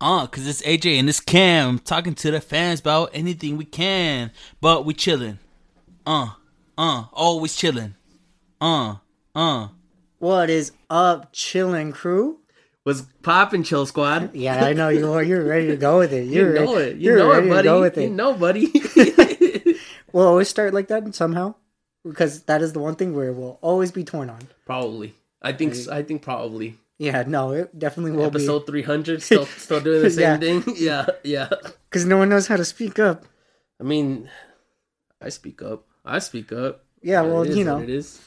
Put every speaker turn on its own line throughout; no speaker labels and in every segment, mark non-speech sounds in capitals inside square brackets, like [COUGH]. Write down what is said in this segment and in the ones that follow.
Uh, cause it's AJ and it's Cam talking to the fans about anything we can, but we chilling. Uh, uh, always chilling. Uh, uh.
What is up, chilling crew?
Was popping, Chill Squad.
Yeah, I know you are. You're ready to go with it. You're
[LAUGHS] you
re-
know it. You
you're
know
ready
it,
to
buddy.
go with it.
You know, buddy.
[LAUGHS] We'll always start like that somehow, because that is the one thing where we'll always be torn on.
probably. I think. s- I think probably.
Yeah, no, it definitely will
Episode three hundred. Still, still doing
[LAUGHS]
the same
Yeah.
thing. [LAUGHS] Yeah, yeah.
because no one knows how to speak up.
I mean, I speak up. I speak up.
Yeah,
It
well,
is
you
what it
know,
is.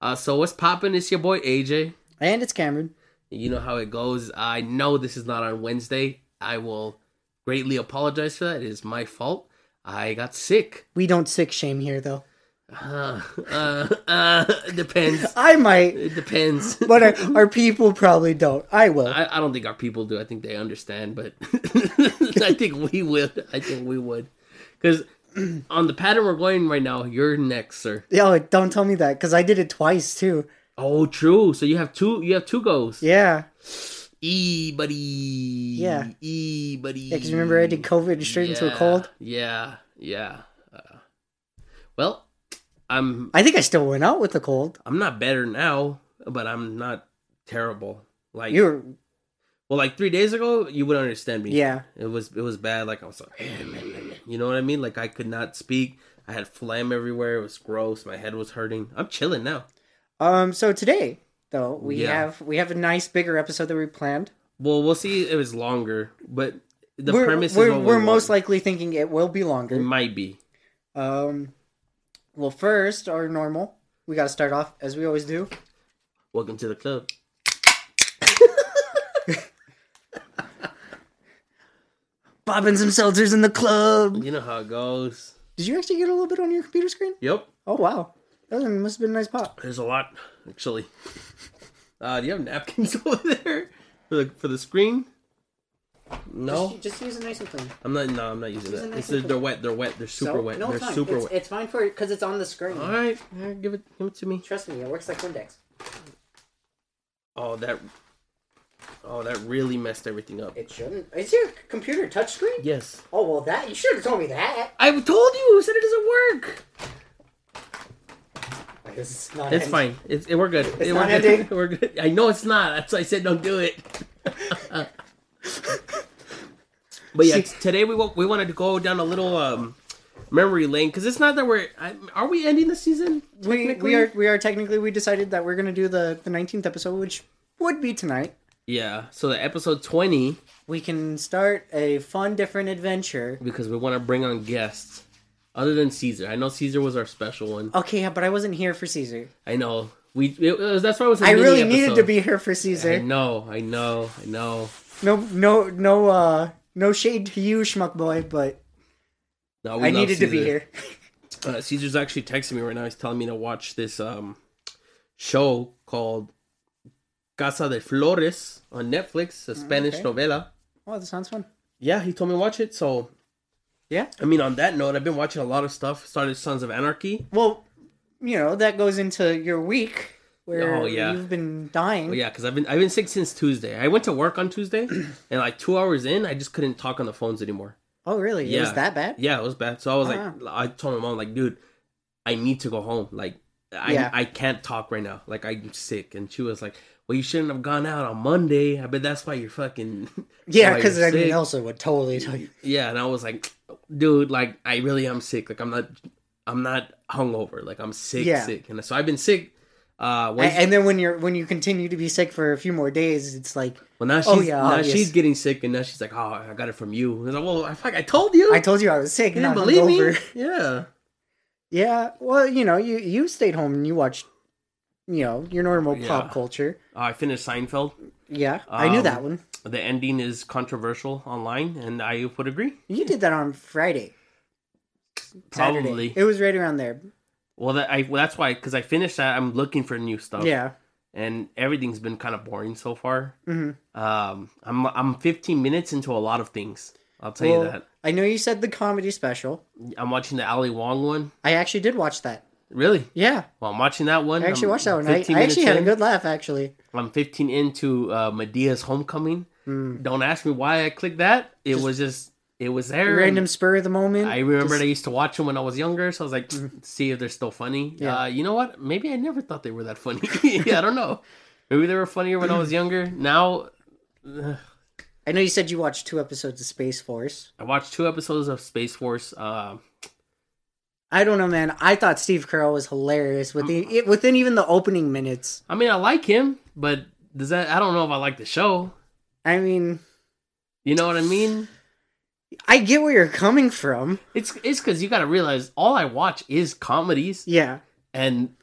Uh, so what's popping? It's your boy AJ.
and it's Cameron.
You know how it goes. I know this is not on Wednesday. I will greatly apologize for that. It is my fault. I got sick. [SIGHS]
We don't sick shame here, though.
Uh, uh, uh, it depends.
I might,
It depends.
[LAUGHS] but our,
[LAUGHS]
our people probably don't. I will.
I, I don't think our people do. I think they understand, but [LAUGHS] I think we would. I think we would. Because [CLEARS THROAT] on the pattern we're going right now, you're next, sir.
Yo, don't tell me that because I did it twice too.
Oh, true. So you have two. You have two goes.
Yeah,
E buddy.
Yeah.
E buddy. Yeah,
because remember I did
Mm,
COVID straight into a cold.
Yeah. Yeah. Uh, well, I'm.
I think I still went out with a cold.
I'm not better now, but I'm not terrible. Like
You were,
well, like three days ago, you would understand me.
yeah.
It was it was bad. Like I was like, you know what I mean? Like I could not speak. I had phlegm everywhere. It was gross. My head was hurting. I'm chilling now.
Um. So today, though, we
Yeah.
have we have a nice bigger episode that we planned.
Well, we'll see. if It was longer, but the
we're,
premise
we're,
is what we Mm.
we're most
want.
likely thinking it will be
it
longer.
might be.
Um. Well, first, our normal. We got to start off as we always do.
Welcome to the club.
Bobbing some seltzers in the club.
You know how it goes.
Did you actually get a little bit on your computer screen?
Yep.
Oh wow, that was- must have been a nice pop.
There's a lot actually. Uh, do you have napkins [LAUGHS] over there for the for the screen? No,
Just, just use it nice and clean.
I'm not. No, I'm not using
Use a
that.
nice
It's, they're,
napkin.
they're wet. They're wet. They're super
So-
wet.
No,
they're
it's fine.
super
it's,
wet.
it's fine for because it's on the screen.
All right, yeah, give it give it to me.
Trust me, it works like Windex.
Oh, that. Oh, that really messed everything up.
It shouldn't. Is your computer touchscreen?
Yes.
Oh well, that you should have told me that.
I told you. I said it doesn't work.
I guess it's not.
It's
an-
fine. It's, it, we're good. It-
not
we're good.
ending?
[LAUGHS] We're good. I know it's not. That's why I said don't do it. [LAUGHS] but yeah,
See-
today we wa- we wanted to go down a little um memory lane because it's not that we're I, are we ending the season?
We, we are we are technically we decided that we're gonna do the the nineteenth episode, which would be tonight.
Yeah. So the episode twenty
We can start a fun, different adventure.
because we want to bring on guests other than Caesar. I know Caesar was our special one.
Okay, yeah, but I wasn't here for Caesar.
I know. We it was, that's why it was. a
I
mini
really needed to
episode.
be here for
I
Caesar.
know, I know, I know.
No, no, no, uh, no shade to you, schmuck boy, but
No, we
I
love
needed to be
Caesar.
here.
Uh, Caesar's actually texting me right now. He's telling me to watch this um, show called Casa de Flores on Netflix, a Spanish
okay.
novela.
Oh, that sounds fun.
Yeah, he told me to watch it. So,
Yeah.
I mean, on that note, I've been watching a lot of stuff. Started Sons of Anarchy.
Well, you know that goes into your week where
Oh, yeah.
you've been dying.
Well, yeah, because I've been I've been sick since Tuesday. I went to work on Tuesday, and like two hours in, I just couldn't talk on the phones anymore.
Oh, really? It was
Yeah.
that bad?
Yeah, it was bad. So I was
Ah.
like, I told my mom, like, dude, I need to go home. Like, I
Yeah.
I can't talk right now. Like, I'm sick. And she was like, well, you shouldn't have gone out on Monday. I bet that's why you're fucking. [LAUGHS]
Yeah,
why
because
Oh, you're
I mean,
sick."
Elsa would totally tell you.
yeah. And I was like, dude, like, I really am sick. Like, I'm not, I'm not hungover. Like, I'm sick,
Yeah.
sick. And so I've been sick. Uh,
A-
Wednesday-
And then when you're when you continue to be sick for a few more days, it's like
well, now she's
oh, yeah,
now
obvious.
she's getting sick, and now she's like, "Oh, I got it from you." And I was like, "Well, I, fuck, I told you.
I told you I was sick.
you
not
didn't believe
hungover. [LAUGHS]
me." Yeah,
Yeah. Well, you know, you you stayed home and you watched, you know, your normal
Yeah.
pop culture.
uh, I finished Seinfeld.
Yeah, I knew
Um,
that one.
the ending is controversial online, and I would agree.
You did that on Friday. Saturday.
Probably.
It was right around there.
Well, that I well, that's why because I finished that. I'm looking for new stuff.
Yeah.
and everything's been kind of boring so far.
hmm
Um, I'm I'm 15 minutes into a lot of things. I'll tell you
Well-
that.
I know you said the comedy special.
I'm watching the Ali Wong one.
I actually did watch that.
Really?
Yeah,
Well, I'm watching that one.
I actually
I'm
watched that one. I, I actually
Um, minutes
had a
in.
good laugh. Actually,
I'm 15 into uh, Medea's Homecoming.
Hmm.
Don't ask me why I clicked that. It was just it was there.
Random spur of the moment.
I remember
Just-
I used to watch them when I was younger, so I was like, "Mm, see if they're still funny.
Yeah.
Uh, you know what? Maybe I never thought they were that funny. [LAUGHS] I don't know. Maybe they were funnier when I was younger. Now
I know you said you watched two episodes of Space Force.
I watched two episodes of Space Force. Uh,
I don't know, man. I thought Steve Carell was hilarious within
Uh-huh.
it, within even the opening minutes.
I mean, I like him, but does that? I don't know if I like the show.
I mean,
You know what I mean?
I get where you're coming from.
It's it's because you got to realize all I watch is comedies.
Yeah,
and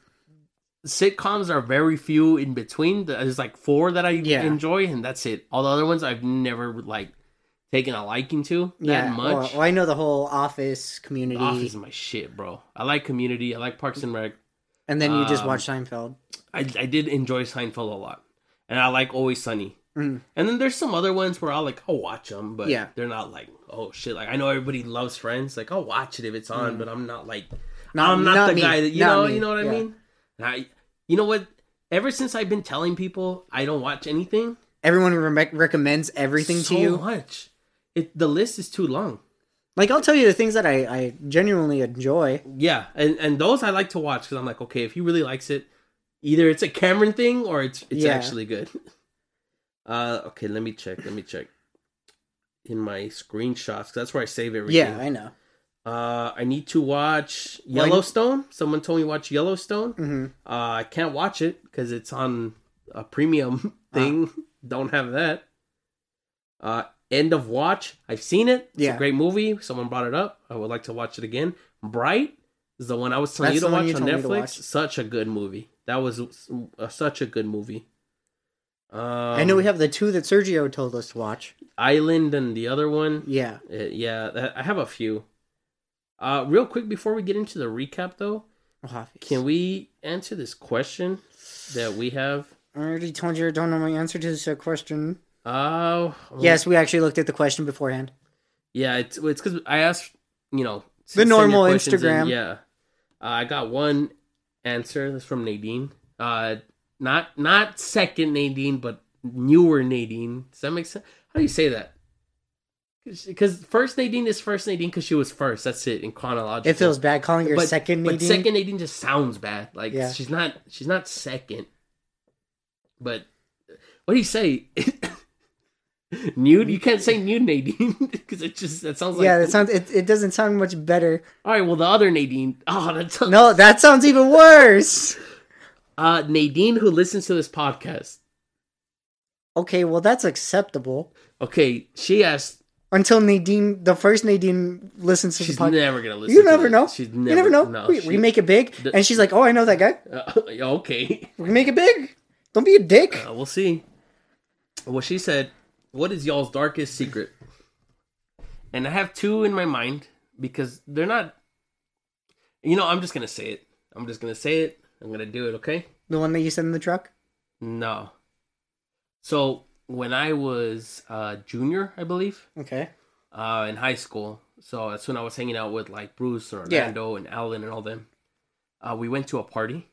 sitcoms are very few in between. There's like four that I
Yeah.
enjoy, and that's it. All the other ones I've never like taken a liking to that
yeah. Well,
much.
well, I know the whole Office
The
community,
Office is my shit, bro. I like Community. I like Parks and Rec.
and then you just
um,
watch Seinfeld.
I I did enjoy Seinfeld a lot, and I like Always Sunny.
Mm.
And then there's some other ones where I'll like I'll watch them, but
Yeah.
they're not like oh shit. Like I know everybody loves Friends. Like I'll watch it if it's on, but I'm not like
Mm. Not-
I'm not,
not
the
me.
guy that you
Not
know.
me.
You know what I
Yeah.
mean? And I, you know what? Ever since I've been telling people I don't watch anything,
Everyone re- recommends everything
so
to you.
much. It the list is too long.
Like I'll tell you the things that I, I genuinely enjoy.
Yeah, and and those I like to watch because I'm like, okay, if he really likes it, either it's a Cameron thing or it's it's
Yeah.
actually good. [LAUGHS] Uh, okay, let me check. Let me check in my screenshots. 'cause that's where I save everything.
Yeah, I know.
Uh, I need to watch
Well, I-
Yellowstone. Someone told me to watch Yellowstone.
hmm
Uh, I can't watch it because it's on a premium [LAUGHS] thing.
Ah.
Don't have that. Uh, End of Watch. I've seen it. It's a
Yeah.
great movie. Someone brought it up. I would like to watch it again. Bright is the one I was telling
That's
you
the
to
one
watch
you
on
told me to
Netflix.
watch.
Such a good movie. That was uh, such a good movie. Um,
I know we have the two that Sergio told us to watch.
Island and the other one.
Yeah.
Uh, yeah, that, I have a few. Uh, real quick before we get into the recap, though,
Office.
can we answer this question that we have?
I already told you I don't know my answer to this uh, question.
Oh,
Yes, we actually looked at the question beforand.
yeah. It's it's because I asked, you know, to
The
send your
normal
questions in.
Instagram.
Yeah, uh, I got one answer. That's from Nadine. Uh, not not second Nadine, but newer Nadine. Does that make sense? How do you say that? Because first Nadine is first Nadine because she was first. That's it in chronological.
It feels bad calling your
but,
second
but
Nadine.
second Nadine just sounds bad. Like
Yeah.
she's not she's not second. But what do you say? [LAUGHS] nude? You can't say nude Nadine [LAUGHS] because it just that sounds like
yeah, that sounds. It, it doesn't sound much better.
all right. Well, the other Nadine. Oh, that's
No, that sounds even worse.
uh, Nadine who listens to this podcast.
Okay, well that's acceptable
Okay, she asked.
until Nadine, the first Nadine, listens to
She's
the podcast.
never gonna listen.
you
to
never
it.
know.
She's
you never know.
No,
we,
she-
we make it big,
The-
and she's like, "Oh, I know that guy.
Uh, [LAUGHS] okay.
We make it big. Don't be a dick."
Uh, we'll see. Well, she said, "What is y'all's darkest secret?" And I have two in my mind because they're not. You know, I'm just gonna say it. I'm just gonna say it. I'm gonna do it. Okay?
The one that you sent in the truck.
No. So when I was uh, junior, I believe,
Okay.
uh, in high school, so that's when I was hanging out with like Bruce and
Yeah.
Orlando and Alan and all them. Uh, we went to a party,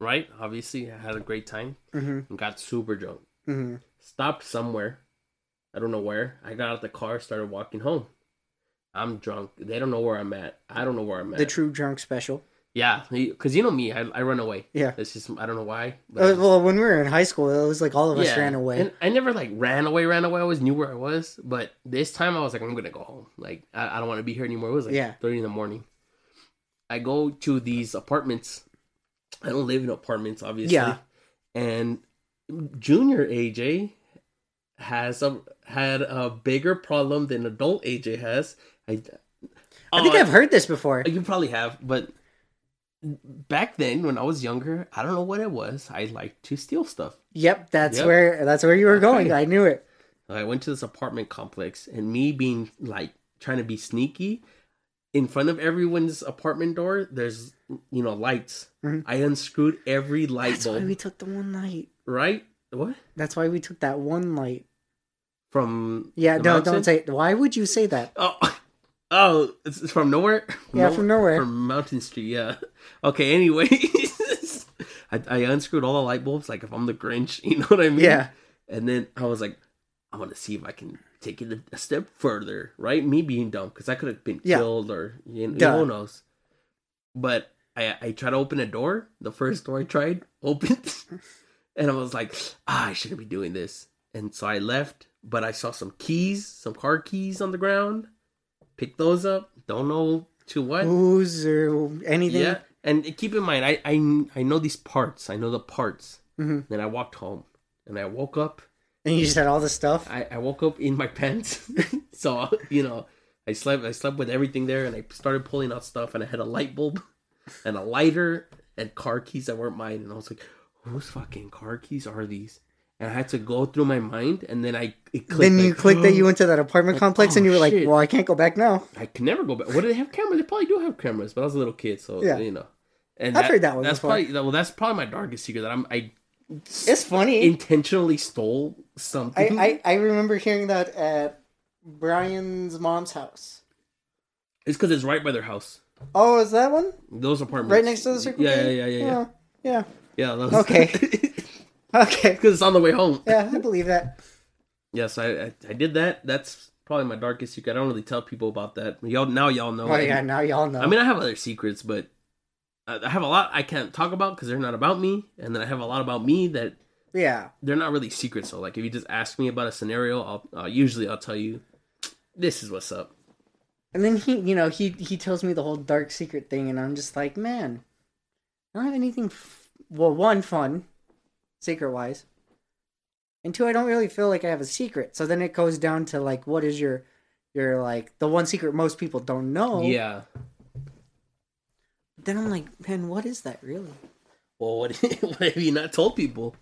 right? Obviously, I had a great time
Mm-hmm.
and got super drunk
Mm-hmm.
stopped somewhere. I don't know where. I got out the car, started walking home. I'm drunk. They don't know where I'm at. I don't know where I'm at.
The true drunk special.
yeah, because you know me, I, I run away.
Yeah.
It's just I don't know why. but I
Uh,
just-
well, when we were in high school, it was like all of us
yeah.
ran away.
And I never like ran away, ran away. I always knew where I was, but this time I was like, I'm gonna go home. Like I, I don't want to be here anymore. It was like
Yeah.
three in the morning. I go to these apartments. I don't live in apartments, obviously.
Yeah.
And junior AJ has a had a bigger problem than adult AJ has. I
I think
Oh,
I've heard this before.
you probably have, but back then when I was younger, I don't know what it was. I liked to steal stuff.
Yep, that's
Yep.
where that's where you were going.
Okay.
I knew it.
I went to this apartment complex, and me being like trying to be sneaky in front of everyone's apartment door. There's you know lights.
Mhm.
I unscrewed every light
That's why
bulb.
we took the one light.
right? What
That's why we took that one light.
from?
Yeah,
the
no,
mountain?
don't say. Why would you say that?
Oh, [LAUGHS] oh, it's it's from nowhere.
Yeah, from nowhere.
From Mountain Street. Yeah. [LAUGHS] Okay. Anyways, [LAUGHS] [LAUGHS] I, I unscrewed all the light bulbs. Like if I'm the Grinch, you know what I mean?
Yeah.
And then I was like, I want to see if I can take it a- a step further, right? Me being dumb because I could have been
Yeah.
killed or you know,
Duh.
who knows. But I I tried to open a door. The first door I tried [LAUGHS] opened, and I was like, ah, I shouldn't be doing this. And so I left, but I saw some keys, some car keys on the ground. Picked those up. Don't know to what.
Ooze or anything.
Yeah, and keep in mind, I, I I know these parts. I know the parts.
Mhm.
Then I walked home, and I woke up.
And you just had all this stuff.
I, I woke up in my [LAUGHS] pants, so you know, I slept. I slept with everything there, and I started pulling out stuff, and I had a light bulb, [LAUGHS] and a lighter, and car keys that weren't mine, and I was like, whose fucking car keys are these? And I had to go through my mind, and then I it clicked.
then you
like, [GASPS]
clicked that you went to that apartment complex and
oh,
you were like,
shit.
well, I can't go back now.
I can never go back. What do they have cameras? They probably do have cameras, but I was a little kid, so
Yeah.
you know. And
I've heard that one
That's
before.
probably well. That's probably my darkest secret that I'm I
It's funny.
intentionally stole something.
[LAUGHS] I, I, I remember hearing that at Brian's mom's house.
it's because it's right by their house.
Oh, is that one?
Those apartments,
Right next to the circle?
Yeah, yeah,
K?
yeah, yeah, yeah.
Oh, yeah. [LAUGHS]
yeah those- [LAUGHS]
Okay. Okay.
because it's on the way home.
Yeah, I believe that.
Yes, I, I I did that. That's probably my darkest secret. I don't really tell people about that. Y'all now y'all know.
Oh, yeah, now y'all know.
I mean, I have other secrets, but I, I have a lot I can't talk about because they're not about me, and then I have a lot about me that
yeah.
they're not really secrets. So like, if you just ask me about a scenario, I'll uh, usually I'll tell you this is what's up.
And then he, you know, he he tells me the whole dark secret thing, and I'm just like, man, I don't have anything. F- well, one fun, secret wise, and two, I don't really feel like I have a secret. So then it goes down to like, what is your, your like the one secret most people don't know.
Yeah.
Then I'm like, man, what is that really?
Well, what, [LAUGHS] what have you not told people?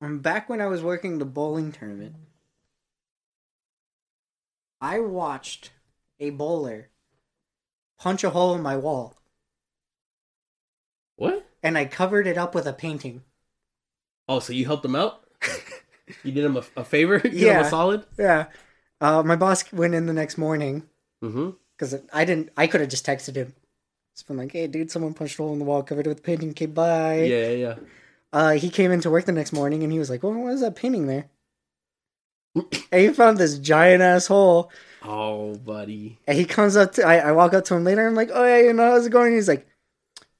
And back when I was working the bowling tournament, I watched a bowler punch a hole in my wall,
What?
and I covered it up with a painting.
Oh, so you helped them
[LAUGHS]
out? you did them a, a favor? [LAUGHS] You did them
Yeah.
a solid?
Yeah. Uh, my boss went in the next morning
Mm-hmm.
because I didn't. I could have just texted him. It's been like, hey, dude, someone punched a hole in the wall, covered it with painting. Okay, bye.
Yeah, yeah, yeah.
Uh, he came into work the next morning and he was like, well, what is that painting there? [CLEARS THROAT] and he found this giant ass hole.
Oh, buddy.
And he comes up to. I, I walk up to him later. I'm like, oh yeah, you know how's it going? he's like,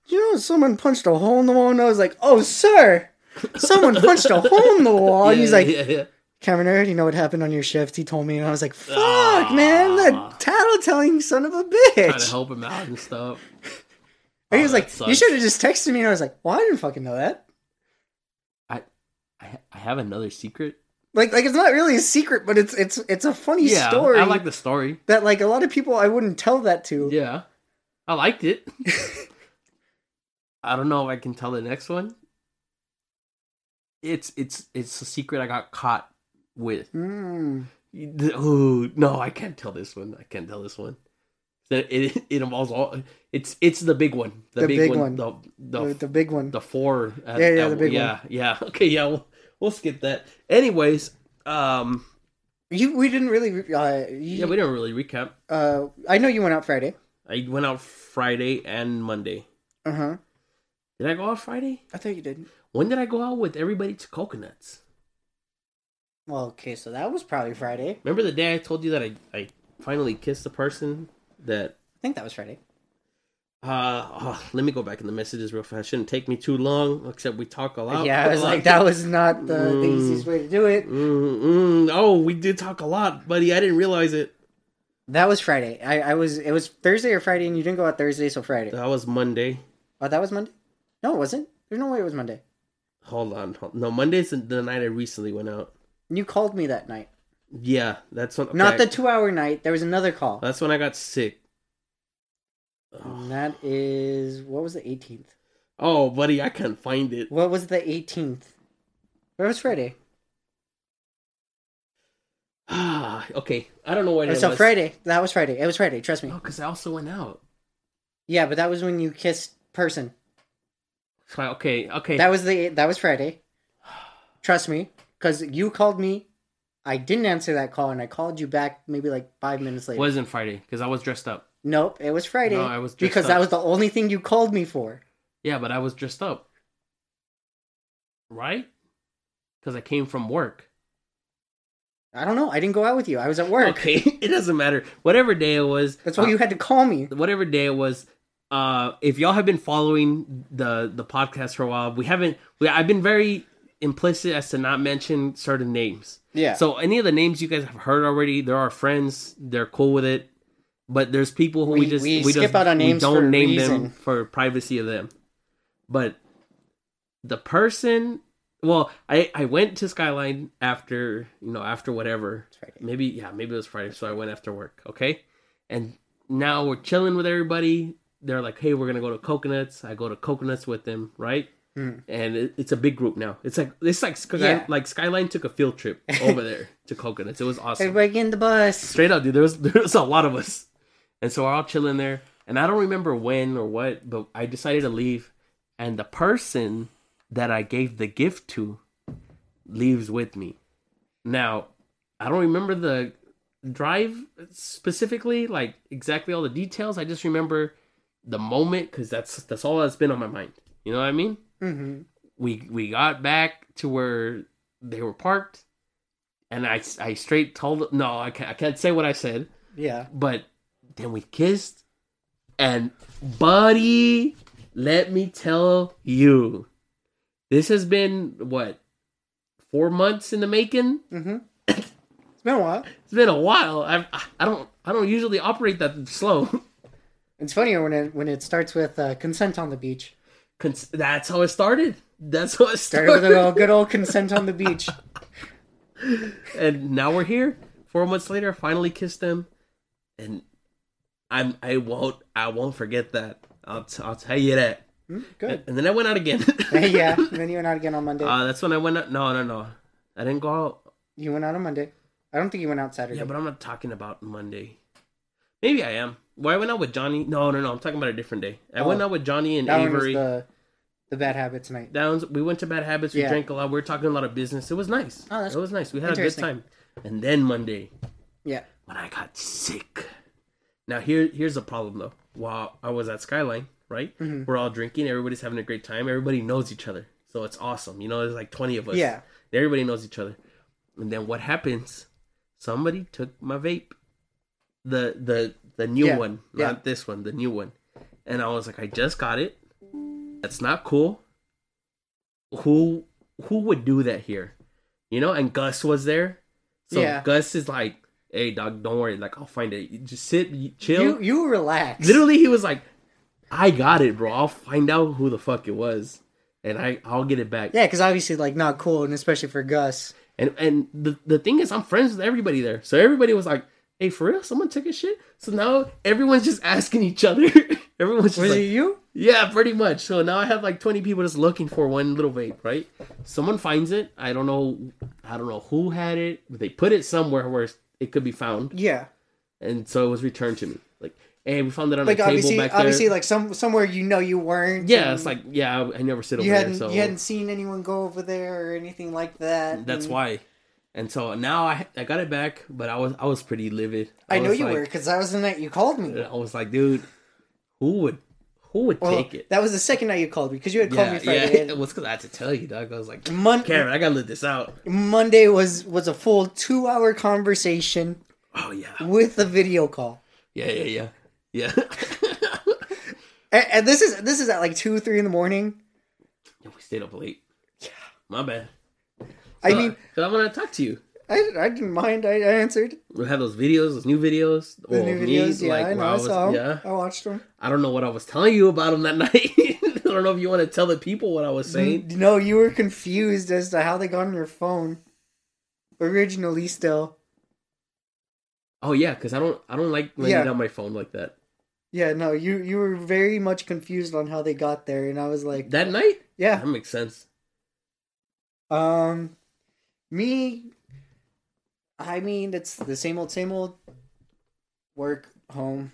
you know, someone punched a hole in the wall. And I was like, oh sir, someone punched a hole in the wall. and
Yeah,
he's like,
yeah, yeah.
Cameron, I already know what happened on your shift. He told me, and I was like, "Fuck,
Aw.
man, that tattletelling son of a
trying to
bitch."
help him out and stuff.
[LAUGHS] And he was
Oh,
like,
that
"You
sucks.
should have just texted me." And I was like, "Well, I didn't fucking know that.
I, I have another secret.
Like, like it's not really a secret, but it's it's it's a funny
yeah,
story
I like the story.
that like a lot of people I wouldn't tell that to."
Yeah, I liked
[LAUGHS]
it. I don't know if I can tell the next one. It's it's it's a secret I got caught with.
Mm.
Oh no, I can't tell this one. I can't tell this one. It it, it involves all. It's it's the big one. The, big, one. The
The,
the
the big one.
the four. at-
Yeah, yeah,
at-
the big one.
yeah, yeah. [LAUGHS] Okay, yeah. We'll, we'll skip that. Anyways, um,
you we didn't really. re- Uh, you,
yeah, we didn't really recap.
uh, I know you went out Friday.
I went out Friday and Monday.
Uh huh.
Did I go out Friday?
I thought you did.
When did I go out with everybody to coconuts?
Well, okay, so that was probably Friday.
Remember the day I told you that I, I finally kissed the person that
I think that was Friday.
uh oh, let me go back in the messages real fast. Shouldn't take me too long, except we talk a lot.
yeah, I was like,
[LAUGHS]
that was not the, the
Mm.
easiest way to do it.
Mm, mm, oh, we did talk a lot, buddy. I didn't realize it.
That was Friday. I, I was it was Thursday or Friday, and you didn't go out Thursday, so Friday.
That was Monday.
Oh, that was Monday. No, it wasn't. There's no way it was Monday.
Hold on. hold- No, Monday's the, the night I recently went out.
You called me that night,
Yeah, that's when.
not
okay, Uh.
the two-hour night. There was another call.
That's when I got sick.
And that is what was the 18th?
Oh, buddy, I can't find it. [SIGHS]
What was the 18th? That was Friday.
Ah, okay. I don't know what
Oh,
it
so
was.
Friday. That was Friday. It was Friday. Trust me.
Oh, because I also went out.
Yeah, but that was when you kissed person.
So I- okay, okay.
That was the that was Friday. Trust me, because you called me. I didn't answer that call, and I called you back maybe like five minutes later.
wasn't Friday because I was dressed up.
Nope, it was Friday.
No, I was dressed
because
up.
that was the only thing you called me for.
Yeah, but I was dressed up. Right? because I came from work.
I don't know. I didn't go out with you. I was at work.
Okay, [LAUGHS] Uh, it doesn't matter. Whatever day it was,
That's why you had to call me.
whatever day it was. Uh, if y'all have been following the the podcast for a while, we haven't. We, I've been very implicit as to not mention certain names.
Yeah.
So any of the names you guys have heard already, they're our friends. They're cool with it. But there's people who we,
We-
just
we
just-
skip out on names for a reason.
them for privacy of them. But the person, well, I I went to Skyline after you know after whatever.
Friday.
Maybe yeah, maybe it was Friday, so I went after work. Okay, and now we're chilling with everybody. They're like, hey, we're gonna go to Coconuts. I go to Coconuts with them, right? and it, it's a big group now. It's like it's like because
Yeah.
like Skyline took a field trip over there to Coconuts. It was awesome.
Everybody get in the bus.
Straight up, dude. There was [LAUGHS] there was a lot of us, and so we're all chilling there. And I don't remember when or what, but I decided to leave. And the person that I gave the gift to leaves with me. Now, I don't remember the drive specifically, like exactly all the details. I just remember the moment because that's that's all that's been on my mind. You know what I mean?
hmm
we we got back to where they were parked and i i straight told no i can't, I can't say what i said
Yeah.
but then we kissed and buddy let me tell you this has been what four months in the making
hmm It's been a while.
it's been a while i i don't i don't usually operate that slow [LAUGHS]
It's funnier when it when it starts with uh, consent on the beach.
Cons- that's how it started that's how it started,
Started with a little good old consent on the beach.
and now we're here. Four months later, I finally kissed them, and I'm I won't I won't forget that. I'll t- I'll tell you that.
Hmm,
[LAUGHS]
Good.
And then I went out again. [LAUGHS]
yeah. And then you went out again on Monday.
Uh, that's when I went out. No, no, no. I didn't go out.
you went out on Monday. I don't think you went out Saturday.
Yeah, but I'm not talking about Monday. Maybe I am. Well, I went out with Johnny. No, no, no. I'm talking about a different day. I went
Oh.
out with Johnny and
that one was
Avery.
the the bad habits night.
That was- we went to Bad Habits. We
Yeah.
drank a lot. We were talking a lot of business. It was nice.
Oh, that's
it was nice. We had a good
interesting.
time. And then Monday,
Yeah.
when I got sick. Now here here's the problem though. While I was at Skyline, right?
Mm-hmm.
We're all drinking, everybody's having a great time, everybody knows each other. So it's awesome. You know, there's like 20 of us.
Yeah.
Everybody knows each other. And then what happens? Somebody took my vape. The the the new
Yeah,
one,
yeah.
not this one, the new one. And I was like, I just got it. That's not cool. Who who would do that here? You know, and Gus was there. So
Yeah.
Gus is like, "Hey, dog, don't worry. Like, I'll find it. You Just sit, you chill."
You you relax.
Literally, he was like, "I got it, bro. I'll find out who the fuck it was, and I I'll get it back."
Yeah, because obviously like not cool, and especially for Gus.
And and the the thing is, I'm friends with everybody there, so everybody was like, "Hey, for real, someone took a shit." So now everyone's just asking each other. [LAUGHS] everyone's just
Was
like,
it you?
Yeah, pretty much. So now I have like 20 people just looking for one little vape, right? Someone finds it. I don't know I don't know who had it, but they put it somewhere where it could be found.
Yeah.
And so it was returned to me. Like, hey, we found it on
Like
a table
obviously,
back there.
obviously like some somewhere you know you weren't.
yeah,
and
it's like yeah, I, I never sit over
you
there,
hadn't
so
you hadn't seen anyone go over there or anything like that.
that's
and-
why. And so now I I got it back, but I was I was pretty livid.
I, know
was
you
like,
were because that was the night you called me.
I was like, dude, who would who would
Well,
take it?
That was the second night you called me because you had called
Yeah,
me
yeah. [LAUGHS]
Friday.
It was because I had to tell you, dog. I was like,
and Mon-
Karen, I gotta live this out.
Monday was was a full two hour conversation
Oh yeah.
with a video call,
Yeah, yeah, yeah,
[LAUGHS]
yeah.
and, and this is this is at like two three in the morning.
Yeah, we stayed up late. Yeah, my bad.
I
So-
mean,
so I want to talk to you.
I, I didn't mind. I, I answered
We had those videos, those new videos.
the
well,
new
me,
videos. yeah,
like,
I know.
where
I,
was-
saw 'em.
Yeah,
I watched them.
I don't know what I was telling you about them that [LAUGHS] night. I don't know if you want to tell the people what I
Mm.
was saying.
No, you were confused as to how they got on your phone. Originally, still.
Oh yeah, because I don't, I don't like laying it
Yeah.
on my phone like that.
Yeah, no, you you were very much confused on how they got there, and I was like,
That night,
yeah.
that makes sense.
Um, me, I mean, it's the same old, same old. Work, home,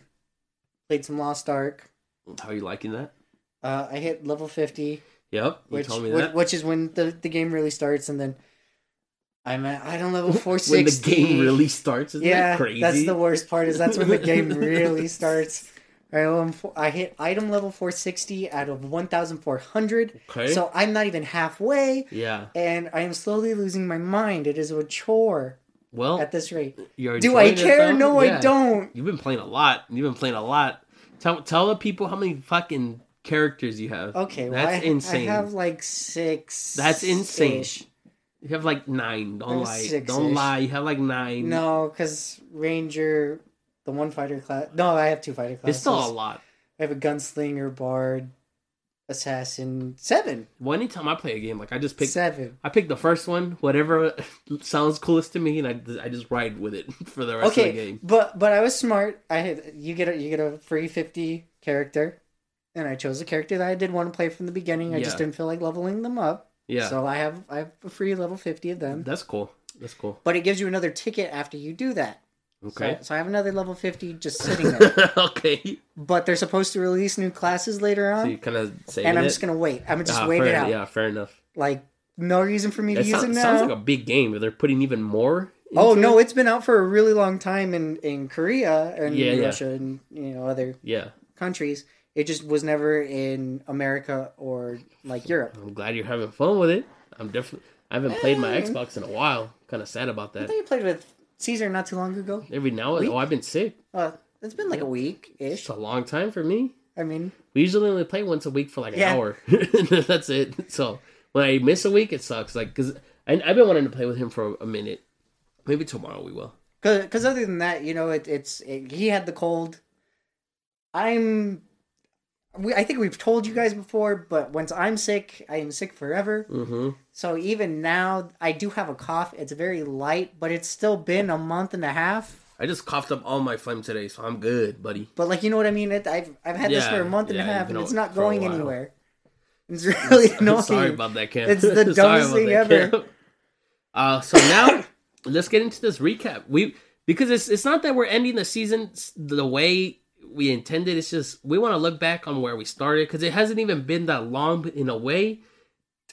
played some Lost Ark.
How are you liking that?
Uh, I hit level fifty,
Yep, you
which
told me
whi-
that.
which is when the, the game really starts, and then I'm at item level four
[LAUGHS] when the
sixty.
game really starts, isn't
yeah,
that crazy? [LAUGHS]
that's the worst part. Is that's when the game really starts. I am fo- I hit item level 460 out of 1,400.
Okay.
So I'm not even halfway,
yeah.
and I am slowly losing my mind. It is a chore
Well,
at this rate.
you're
Do I
enjoying it,
care?
though?
No, I
Yeah.
don't.
You've been playing a lot. You've been playing a lot. Tell tell the people how many fucking characters you have.
Okay, well,
that's
I,
insane.
I have like six.
That's insane.
ish.
You have like nine. Don't
have
lie. do
six-ish.
Don't lie. You have like nine.
No, because Ranger, the one fighter class. No, I have two fighter classes.
it's still a lot.
I have a gunslinger, bard, assassin. Seven.
Well, anytime I play a game, like I just pick.
Seven.
I pick the first one, whatever sounds coolest to me, and I, I just ride with it [LAUGHS] for the rest
okay,
of the game.
but but I was smart. I had you get a you get a free fifty character, and I chose a character that I did want to play from the beginning. I just
Yeah.
didn't feel like leveling them up.
Yeah,
So um, I have I have a free level fifty of them.
that's cool. That's cool.
But it gives you another ticket after you do that. So-
Okay.
So, I have another level fifty
[LAUGHS]
just sitting there.
okay.
but they're supposed to release new classes later
So
on,
you kind of say Ah,
and I'm just gonna wait. I'm gonna just wait
fair,
it out.
Yeah, fair enough.
Like no reason for me to
That
use it
sounds,
now.
sounds like a big game, but they're putting even more.
Oh
into
no,
It?
it's been out for a really long time in in Korea and
Yeah, yeah.
Russia and you know other
Yeah,
countries. It just was never in America or like Europe.
I'm glad you're having fun with it. I'm definitely. I haven't played my
Mm.
Xbox in a while. Kind of sad about
I
that.
thought you played with Caesar not too long ago.
Every now and
Week?
oh, I've been sick.
Uh, it's been like a week
It's
ish.
a long time for me.
I mean,
We usually only play once a week for like an
Yeah.
hour. [LAUGHS] That's it. So when I miss a week, it sucks. Like because I've been wanting to play with him for a minute. Maybe tomorrow we will.
because other than that, you know, it, it's it, he had the cold. I'm. We, I think we've told you guys before, but once I'm sick, I am sick forever.
Mm-hmm.
So even now, I do have a cough. It's very light, but it's still been a month and a half.
I just coughed up all my phlegm today, so I'm good, buddy.
But like you know what I mean? It, I've I've had this
Yeah,
for a month and
yeah,
a half,
you've been
and it's
on-
not
for a
going
while.
anywhere.
[LAUGHS]
It's really [LAUGHS] annoying.
I'm sorry about that, Cam. [LAUGHS]
It's the
Sorry
dumbest
about
thing
that,
ever.
Cam. Uh, so now [COUGHS] let's get into this recap. We because it's it's not that we're ending the season s- the way we intended. It's just we want to look back on where we started because it hasn't even been that long. But in a way,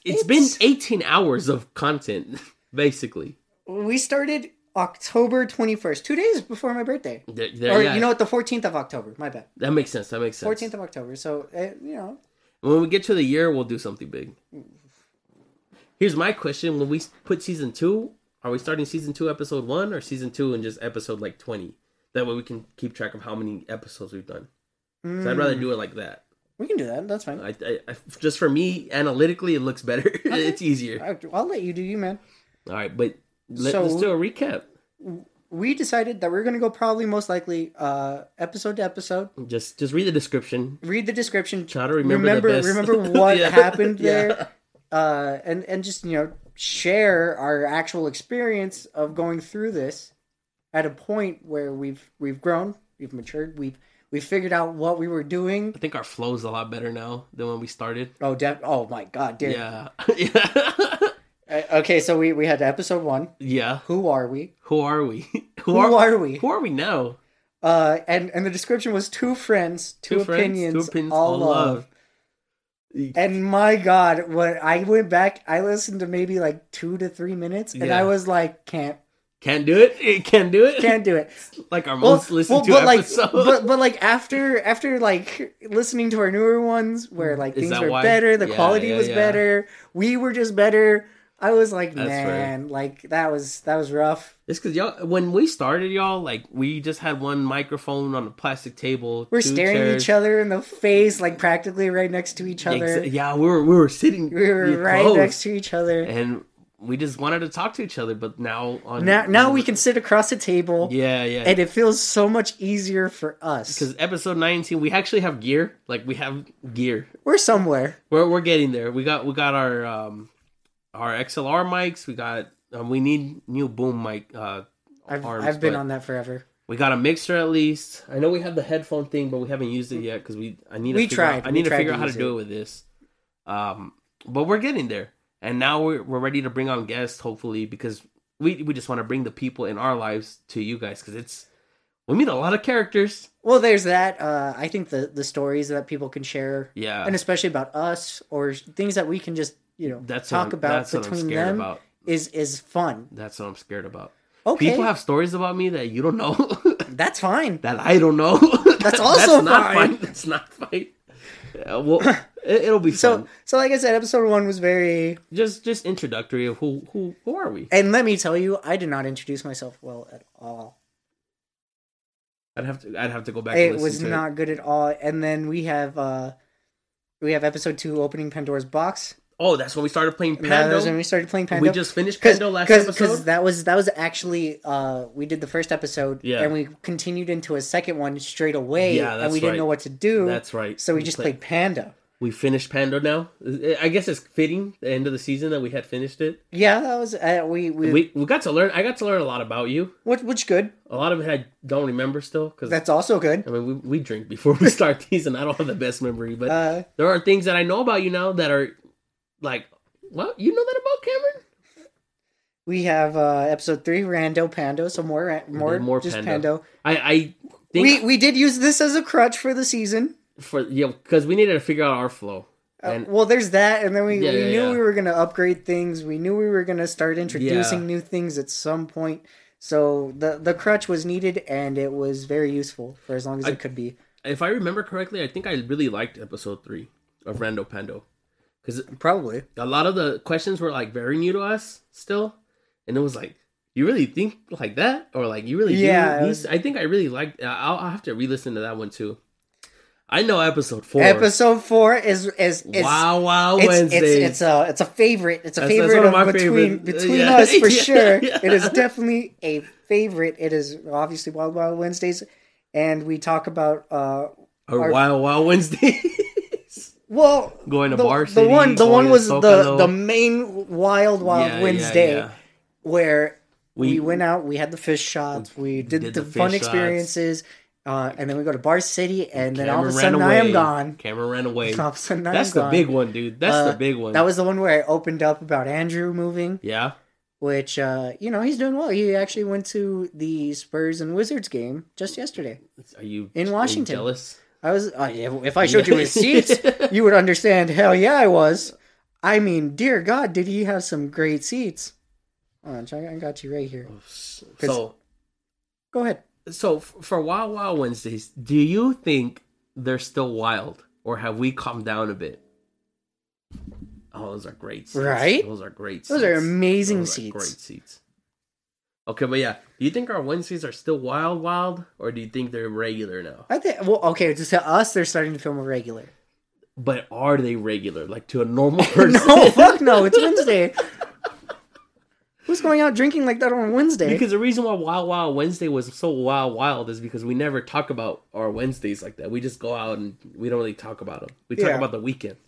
it's
It's-
been 18 hours of content [LAUGHS] basically.
we started October twenty first, two days before my birthday,
There,
or
there, yeah,
you know what, the fourteenth of October. My bad,
that makes sense. That makes sense.
fourteenth of October. So uh, you know,
When we get to the year, we'll do something big. Here's my question: When we put season two, are we starting season two, episode one, or season two and just episode like twenty? That way we can keep track of how many episodes we've done. 'Cause I'd rather do it like that.
we can do that. That's fine.
I, I, I just for me, analytically, it looks better. [LAUGHS] it's easier.
I, I'll let you do you, man.
All right, but let,
So-
let's do a recap.
We decided that we're gonna go probably most likely uh, episode to episode.
Just just read the description.
Read the description.
Try to remember.
remember,
the best. [LAUGHS]
remember what
Yeah.
happened
Yeah.
there, uh, and and just you know share our actual experience of going through this at a point where we've we've grown, we've matured, we've we figured out what we were doing.
I think our flow's a lot better now than when we started.
Oh, def- oh my god, dude.
Yeah, yeah, [LAUGHS]
Uh, okay, so we we had episode one.
yeah.
Who are we?
Who are we? [LAUGHS]
Who are we?
Who are we now?
Uh, and and the description was two friends, two,
friends,
opinions, all, love.
love.
And my God, when I went back, I listened to maybe like two to three minutes, and
Yeah.
I was like, "Can't,
Can't do it. It can't do it.
can't do it."
[LAUGHS] Like our
well,
most listened
well,
to
but
episode.
like, but, but like after after like listening to our newer ones, where like
Mm, Is
things
that
were
why?
better, the
Yeah,
quality
yeah,
was
yeah.
better, we were just better. I was like,
That's fair.
man, like that was that was rough.
[LAUGHS] it's because y'all, when we started, y'all like we just had one microphone on a plastic table.
We're staring at each other in the face, like practically right next to each other.
yeah, we were we were sitting
We were right
close,
next to each other.
and we just wanted to talk to each other. But now on
Now, now we can sit across the table,
yeah yeah
and it feels so much easier for us.
because episode nineteen we actually have gear like we have gear
We're somewhere.
we're we're getting there. We got we got our um our XLR mics. We got um, we need new boom mic. Uh,
I've,
arms,
I've been
but
on that forever.
We got a mixer at least. I know we have the headphone thing, but we haven't used it yet because we I need to
We
figure
tried.
Out, I
We
need to
tried
figure
to
out how to
use
do it with this. Um, but we're getting there, and now we're we're ready to bring on guests hopefully because we we just want to bring the people in our lives to you guys because it's we meet a lot of characters.
Well, there's that. Uh, I think the the stories that people can share
Yeah,
and especially about us or things that we can just you know
that's what
talk
I'm-
about
that's what I'm
between
scared
them
about.
is is fun.
That's what I'm scared about.
Okay,
People have stories about me that you don't know. [LAUGHS]
That's fine.
That I don't know.
[LAUGHS]
[LAUGHS]
That's also
not
fine.
That's not fine. Uh,
[LAUGHS]
well, it, it'll be
So,
fun.
so like I said, episode one was very.
Just just introductory of who who who are we?
And let me tell you, I did not introduce myself well at all.
I'd have to I'd have to go back. and
It
listen
was
to
not good at all. And then we have, uh we have episode two, opening Pandora's box.
Oh, that's when we started playing
And That
Pando.
was when we started playing Pando.
We just finished
Cause,
Pando last
cause,
episode.
'cause that was that was actually uh, we did the first episode
Yeah.
and we continued into a second one straight away
Yeah,
and
that's
we didn't
right.
know what to do
That's right.
so we just
play-
played Panda
We finished Pando now. I guess it's fitting the end of the season that we had finished it.
yeah that was uh, we, we,
We we got to learn. I got to learn a lot about you.
which, which good
A lot of it I don't remember still because
that's also good
I mean we, we drink before we [LAUGHS] start these and I don't have the best memory. But
uh,
there are things that I know about you now that are like, what you know that about Cameron?
we have uh, episode three Rando Pando so more ra- more,
more
just Pando,
Pando. I I think
we we did use this as a crutch for the season
for yeah because we needed to figure out our flow.
Uh,
And
well there's that and then we,
Yeah,
we
yeah,
knew
yeah.
we were gonna upgrade things we knew we were gonna start introducing new things at some point so the the crutch was needed and it was very useful for as long as
I-
it could be
if I remember correctly, I think I really liked episode three of Rando Pando because
probably
a lot of the questions were like very new to us still, and it was like, you really think like that, or like you really
Yeah, it
Do?
was-
These, I think I really liked. uh, I'll, I'll have to re-listen to that one too. I know episode four.
episode four is is is
wow, wow,
it's,
Wednesday.
it's it's a it's a favorite it's a
That's- that's
favorite
one of
of
my
between
favorite. uh,
between
Yeah.
us
[LAUGHS]
for
Yeah,
sure
yeah.
it is definitely a favorite it is obviously Wild Wild Wednesdays and we talk about uh
or
our-
wow, wow, Wednesday. [LAUGHS]
well
going to
the,
Bar
the
City.
one the
going
one
to
was the
Zocalo.
the main Wild Wild
Yeah, yeah,
Wednesday
yeah.
where we,
We-
went out, we had the fish shots, we did,
did
the,
the
fun
fish shots.
experiences, uh, and then we go to Bar City, and then all of a
Cameron ran
sudden I am
away.
gone.
Cameron ran away.
All of a sudden I
That's
am
the
gone.
big one, dude. That's
Uh,
the big one.
That was the one where I opened up about Andrew moving,
yeah.
which uh, you know he's doing well. He actually went to the Spurs and Wizards game just yesterday.
Are you
In
are you
Washington.
jealous?
I was uh, if I showed you his seats,
[LAUGHS]
you would understand. Hell yeah, I was. I mean, dear God, did he have some great seats? Hold on, Chuck, I got you right here.
So,
Go ahead.
so f- for Wild Wild Wednesdays, do you think they're still wild, or have we calmed down a bit? Oh, those are great, seats.
Right?
Those are great.
Those are
seats.
amazing
Those are
seats.
great seats. Okay, but yeah, do you think our Wednesdays are still wild, wild, or do you think they're regular now?
I think well, okay, just to us, they're starting to feel more
[LAUGHS]
regular.
But are they regular, like to a
[LAUGHS]
normal person?
No, fuck no, it's Wednesday. Who's going out drinking like that on Wednesday?
Because the reason why Wild Wild Wednesday was so wild wild is because we never talk about our Wednesdays like that. We just go out and we don't really talk about them. We talk
Yeah.
about the weekends.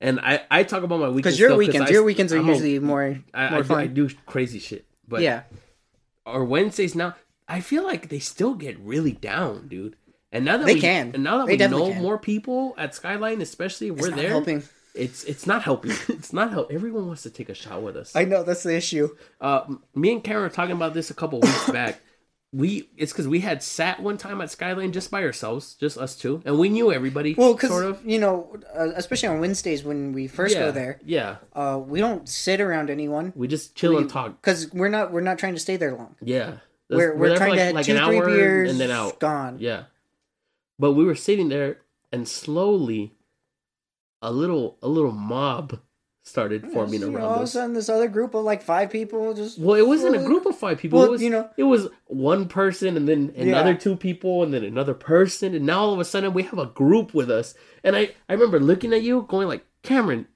And I, I talk about my weekends
Because your
still
weekends,
I-
your weekends are
I'm a-
usually more
I,
more
I, do- I
fun.
do crazy shit. But
yeah,
our Wednesdays now, I feel like they still get really down, dude. And now that
They
we,
can.
and now that
They
we
definitely
know
can.
more people at Skyline, especially we're
not
there,
helping.
it's it's not helping. [LAUGHS] it's not help. Everyone wants to take a shot with us.
I know that's the issue.
Uh, me and Karen were talking about this a couple
[COUGHS]
weeks back. We it's because we had sat one time at Skyline just by ourselves, just us two, and we knew everybody.
Well, because
sort of.
you know, uh, especially on Wednesdays when we first
Yeah,
go there,
Yeah,
uh, we don't sit around anyone
we just chill and talk.
because we're not we're not trying to stay there long.
Yeah,
We're we're,
there for
trying to
like-
have
like
two
an
three
hour
beers
and then out.
gone.
Yeah, but we were sitting there, and slowly, a little a little mob started forming
You know, all
around
of a
us.
sudden, this other group of like five people just
Well, it wasn't a group of five people.
Well,
it was,
you know-
it was one person and then another two people and then another person, and now all of a sudden we have a group with us. And I, I remember looking at you, going like, Cameron,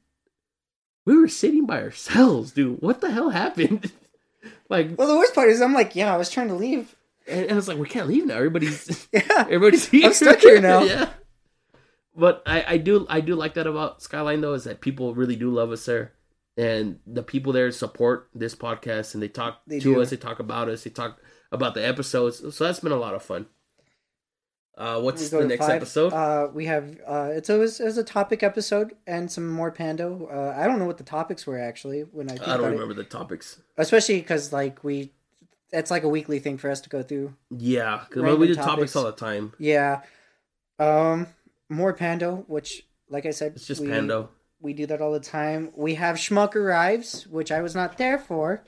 we were sitting by ourselves, dude. What the hell happened? [LAUGHS] like,
Well, the worst part is I'm like, yeah, I was trying to leave. [LAUGHS]
and, and I was like, we can't leave now. Everybody's
Yeah.
everybody's
[LAUGHS]
here.
I'm stuck here now.
yeah. But I, I do I do like that about Skyline though is that people really do love us there, and the people there support this podcast and they talk
They
to
do.
us, they talk about us, they talk about the episodes. So that's been a lot of fun. Uh,
We
what's
go
the
to
next
five.
episode?
Uh, we have uh, it's always it's a topic episode and some more Pando. Uh, I don't know what the topics were actually when I think
I
about
don't
it.
remember the topics.
especially because like we, that's like a weekly thing for us to go through.
Yeah, 'cause
Random
we do
topics.
topics all the time.
Yeah, um, more Pando, which like I said,
It's just
we,
Pando.
We do that all the time. We have Schmuck arrives, which I was not there for.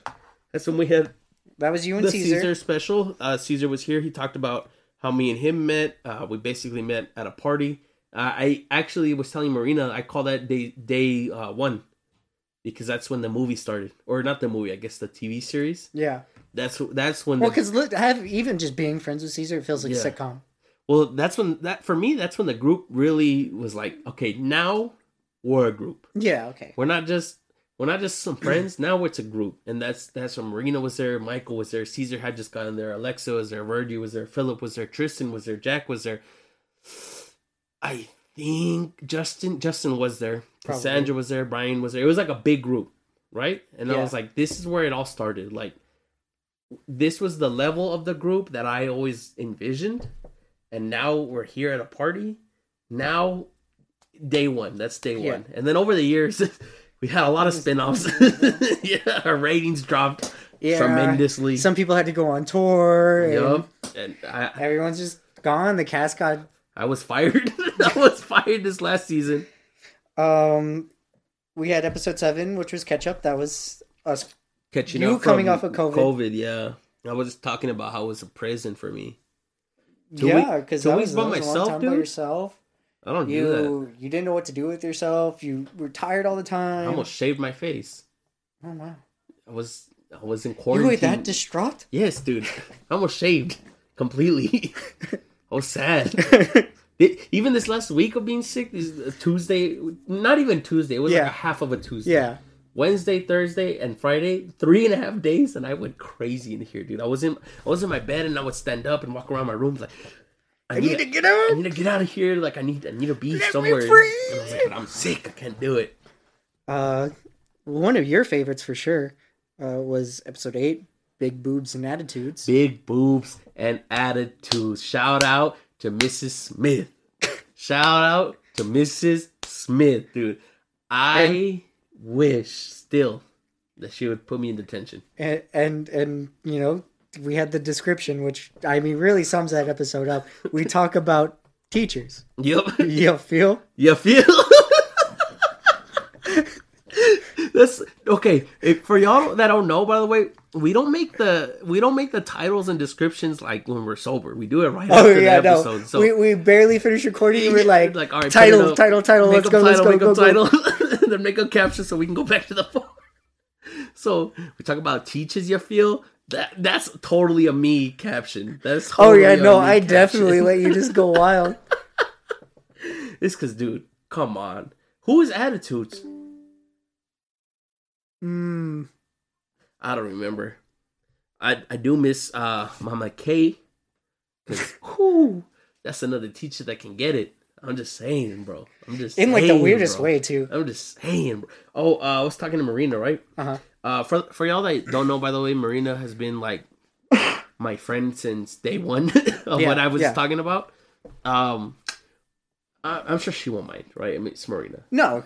That's when we had
That was you and
the
Caesar.
Caesar, special. Uh, Caesar was here. He talked about how me and him met. Uh, we basically met at a party. Uh, I actually was telling Marina I call that day day uh, one because that's when the movie started, or not the movie. I guess the TV series.
Yeah.
That's that's when.
Well,
the,
because look, have even just being friends with Caesar it feels like a
Yeah.
sitcom.
well, that's when that for me. That's when the group really was like, okay, now we're a group.
Yeah. Okay.
We're not just we're not just some friends. [CLEARS THROAT] Now it's a group, and that's that's when Marina was there, Michael was there, Caesar had just gotten there, Alexa was there, Virgie was there, Philip was there, Tristan was there, Jack was there. I think Justin Justin was there,
Probably.
Cassandra was there, Brian was there. It was like a big group, right? And I
Yeah.
was like, this is where it all started. Like this was the level of the group that I always envisioned, and now we're here at a party. Now, day one. That's day
Yeah.
one. And then over the years, [LAUGHS] we had a lot of spin-offs.
[LAUGHS]
[LAUGHS] yeah, our ratings dropped
Yeah.
tremendously.
Some people had to go on tour. And
Yup. And I,
Everyone's just gone. The cast got.
I was fired. [LAUGHS] I was fired this last season.
Um, we had episode seven, which was catch up. That was us.
Catching
You
up
coming
from
off of COVID.
COVID, yeah. I was just talking about how it was a prison for me. Two
yeah,
week-
because
two
that
weeks
was,
by
that was a long
myself,
time by
dude?
yourself.
I don't do that.
You you didn't know what to do with yourself. You were tired all the
I
time.
almost shaved my face.
oh wow!
I was I was in
You
quarantine.
were that distraught?
Yes, dude. I almost shaved
[LAUGHS]
completely. I was sad. It- even this last week of being sick, this uh, Tuesday, not even Tuesday, it was like
Yeah.
a half of a Tuesday.
Yeah.
Wednesday, Thursday, and Friday, three and a half days, and I went crazy in here, dude. I was in, I was in my bed, and I would stand up and walk around my room like, I need, to,
get
I
out.
need to get out of here. Like I need, I need to be
Let me
somewhere. And I was like,
free.
but I'm sick. I can't do it.
Uh, one of your favorites for sure uh, was episode eight, big boobs and attitudes.
big boobs and attitude. Shout out to Mrs. Smith. [LAUGHS] Shout out to Mrs. Smith, dude. I wish still that she would put me in detention.
And, and and you know we had the description, which I mean really sums that episode up.
[LAUGHS]
We talk about teachers.
Yup. [LAUGHS]
You feel?
You feel? [LAUGHS] That's okay. If, for y'all that don't know, by the way, we don't make the we don't make the titles and descriptions like when we're sober. We do it right
Oh
after
yeah,
the episode.
no.
So
we we barely finished
[LAUGHS]
recording. and We're like,
Like, all right, put it
title,
up.
title, title.
make
Let's
up
go, let's
title,
go,
make
go,
up
go.
title, [LAUGHS] then make up caption so we can go back to the phone. [LAUGHS] so we talk about teaches you feel that that's totally a me caption. That's
Oh
totally
yeah,
a
no,
me
I
caption. [LAUGHS]
definitely let you just go wild.
It's because, dude, come on, who is attitudes?
Mm,
I don't remember. I I do miss uh Mama K. 'Cause, whew, that's another teacher that can get it. I'm just saying, bro. I'm just
in like the
saying,
weirdest
bro.
way too.
I'm just saying. bro. Oh, uh, I was talking to Marina, right?
Uh huh.
Uh, for for y'all that don't know, by the way, Marina has been
[LAUGHS]
like my friend since day one [LAUGHS] of
Yeah,
what I was
yeah.
talking about. Um, I, I'm sure she won't mind, right? I mean, it's Marina.
No,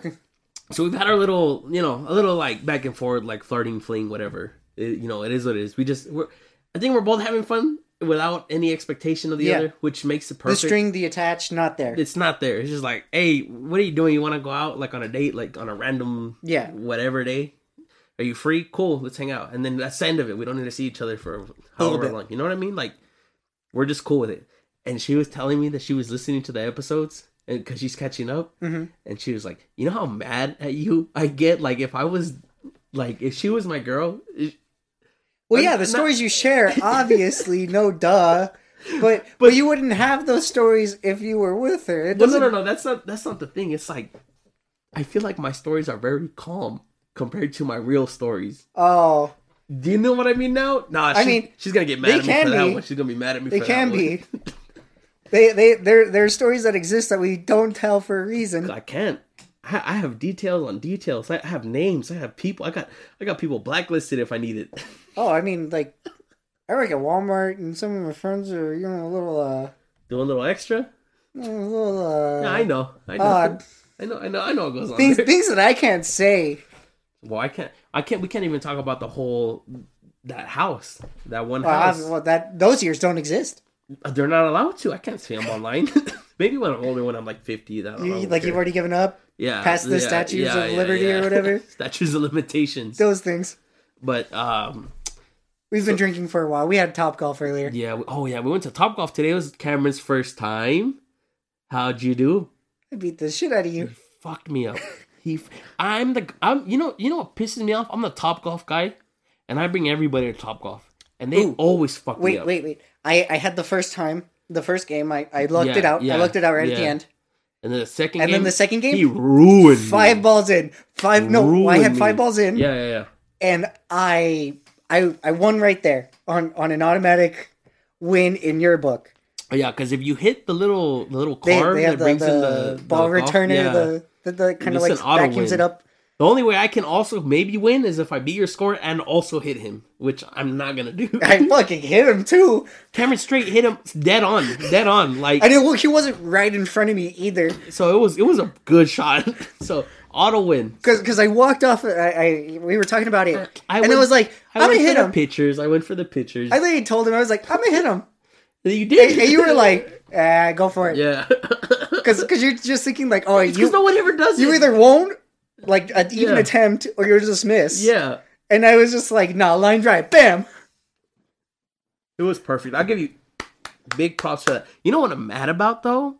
So we've had our little, you know, a little like back and forth, like flirting, fling, whatever. It- you know, it is what it is. We just, we're, I think we're both having fun without any expectation of the
Yeah.
other, which makes it
the
perfect.
string, the attached, not there.
it's not there. It's just like, hey, what are you doing? You want to go out like on a date, like on a random
Yeah.
whatever day. Are you free? Cool, let's hang out. And then that's the end of it. We don't need to see each other for however
bit.
long. You know what I mean? Like, we're just cool with it. And she was telling me that she was listening to the episodes and because she's catching up.
Mhm.
And she was like, You know how mad at you I get? Like, if I was, like, if she was my girl, it-
Well,
I'm
yeah, the
not-
stories
[LAUGHS]
you share, obviously, no duh. But but
But-
you wouldn't have those stories if you were with her. It
no, no,
doesn't.
no, no, that's not, that's not the thing. It's like, I feel like my stories are very calm compared to my real stories.
Oh,
Do you know what I mean now? Nah,
I
she-
mean,
she's gonna get
they
mad at me
can
for that
be.
one. She's gonna be mad at me.
they
for
can
that one.
be. They they there there are stories that exist that we don't tell for a
[LAUGHS]
reason.
I can't. I, I have details on details. I have names. I have people. I got. I got people blacklisted if I need it. [LAUGHS]
Oh, I mean, like I work at Walmart, and some of my friends are you know a little uh
Do a little extra.
a little uh
Yeah, I know. I know.
uh,
I know. I know. I know what goes on.
things
there.
things that I can't say.
[LAUGHS] Well, I can't. I can't. We can't even talk about the whole that house. That one
Well, I-
house. Uh,
well, that those years don't exist.
They're not allowed to. I can't see them online. [LAUGHS] Maybe when I'm older, when I'm like fifty, that
You, like you've already given up
yeah,
past
yeah,
the statues
yeah,
of
yeah, [LAUGHS]
liberty
yeah.
or whatever.
statues of limitations.
Those things.
but um
We've been drinking for a while. We had Top Golf earlier.
Yeah. we- Oh, yeah. We went to Top Golf today. It was Cameron's first time. How'd you do?
I beat the shit out of you.
Fucked me
[LAUGHS]
up. He. f- I'm the. I'm. You know. You know what pisses me off? I'm the Top Golf guy, and I bring everybody to Top Golf, and they
Ooh.
always fuck me
Wait,
up.
wait, wait. I, I had the first time, the first game. I, I lucked it
Yeah,
out.
yeah,
I lucked it out right at the
yeah.
end.
And then the second.
And
game,
then the second game,
He ruined me.
five balls in. Five no, I
Ruined
had five
me.
balls in,
Yeah, yeah, yeah.
and I I I won right there on on an automatic win in your book.
Oh, yeah, because if you hit the little the little
They,
car
they
that
have the,
brings in
the,
the, the
ball
golf-
returner,
yeah.
the the, the kind of
It's
like
an auto
vacuums
win.
it up.
The only way I can also maybe win is if I beat your score and also hit him, which I'm not gonna do.
[LAUGHS] I fucking hit him too.
Cameron straight hit him dead on, dead on. Like
I didn't look. He wasn't right in front of me either.
so, it was it was a good shot. [LAUGHS] so auto win.
Because I walked off. I, I we were talking about it,
I
and
went-
it was like
I
I'm
went
gonna
for
hit
the
him.
Pictures. I went for the pictures.
I literally told him I was like I'm gonna hit him,
you did.
and
[LAUGHS]
you were like, ah, go for it, [LAUGHS]
yeah.
because you're just thinking like, oh, you
Because no one ever does
you
it.
either won't like uh, even
Yeah.
attempt or you're dismissed.
Yeah.
and I was just like, nah, line drive, bam.
It was perfect. I'll give you big props for that. You know what I'm mad about though?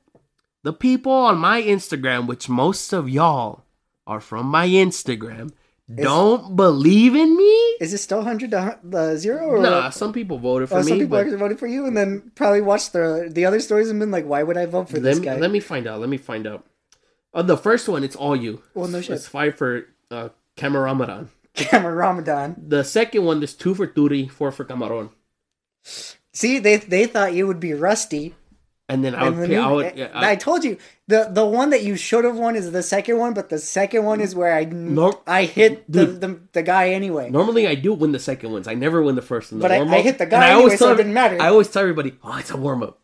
The people on my Instagram, which most of y'all are from my Instagram, don't believe in me.
Is it still hundred to hu- uh, zero? Or
Nah, some people voted for
or Uh, some
me,
people
but
actually voted for you, and then probably watched the the other stories and been like, why would I vote for
let
this
me,
guy? [LAUGHS]
let me find out. Let me find out. Uh, the first one, it's all you.
Well, no shit.
It's five for uh, Camaramadan.
Cameron Ramadan.
The second one, there's two for Turi, four for Camaron.
See, they they thought you would be rusty.
And then I
And
would
then
pay.
you-
I
I,
would. Yeah,
I
I,
told you the the one that you should have won is the second one, but the second one is where I
Nope.
I hit the,
Dude.
the the guy anyway.
normally, I do win the second ones. I never win the first one. The
But I-
warm-up.
I hit the
And
guy anyway, so it
tell
didn't
every-
matter.
I always tell everybody, "Oh, it's a warm up.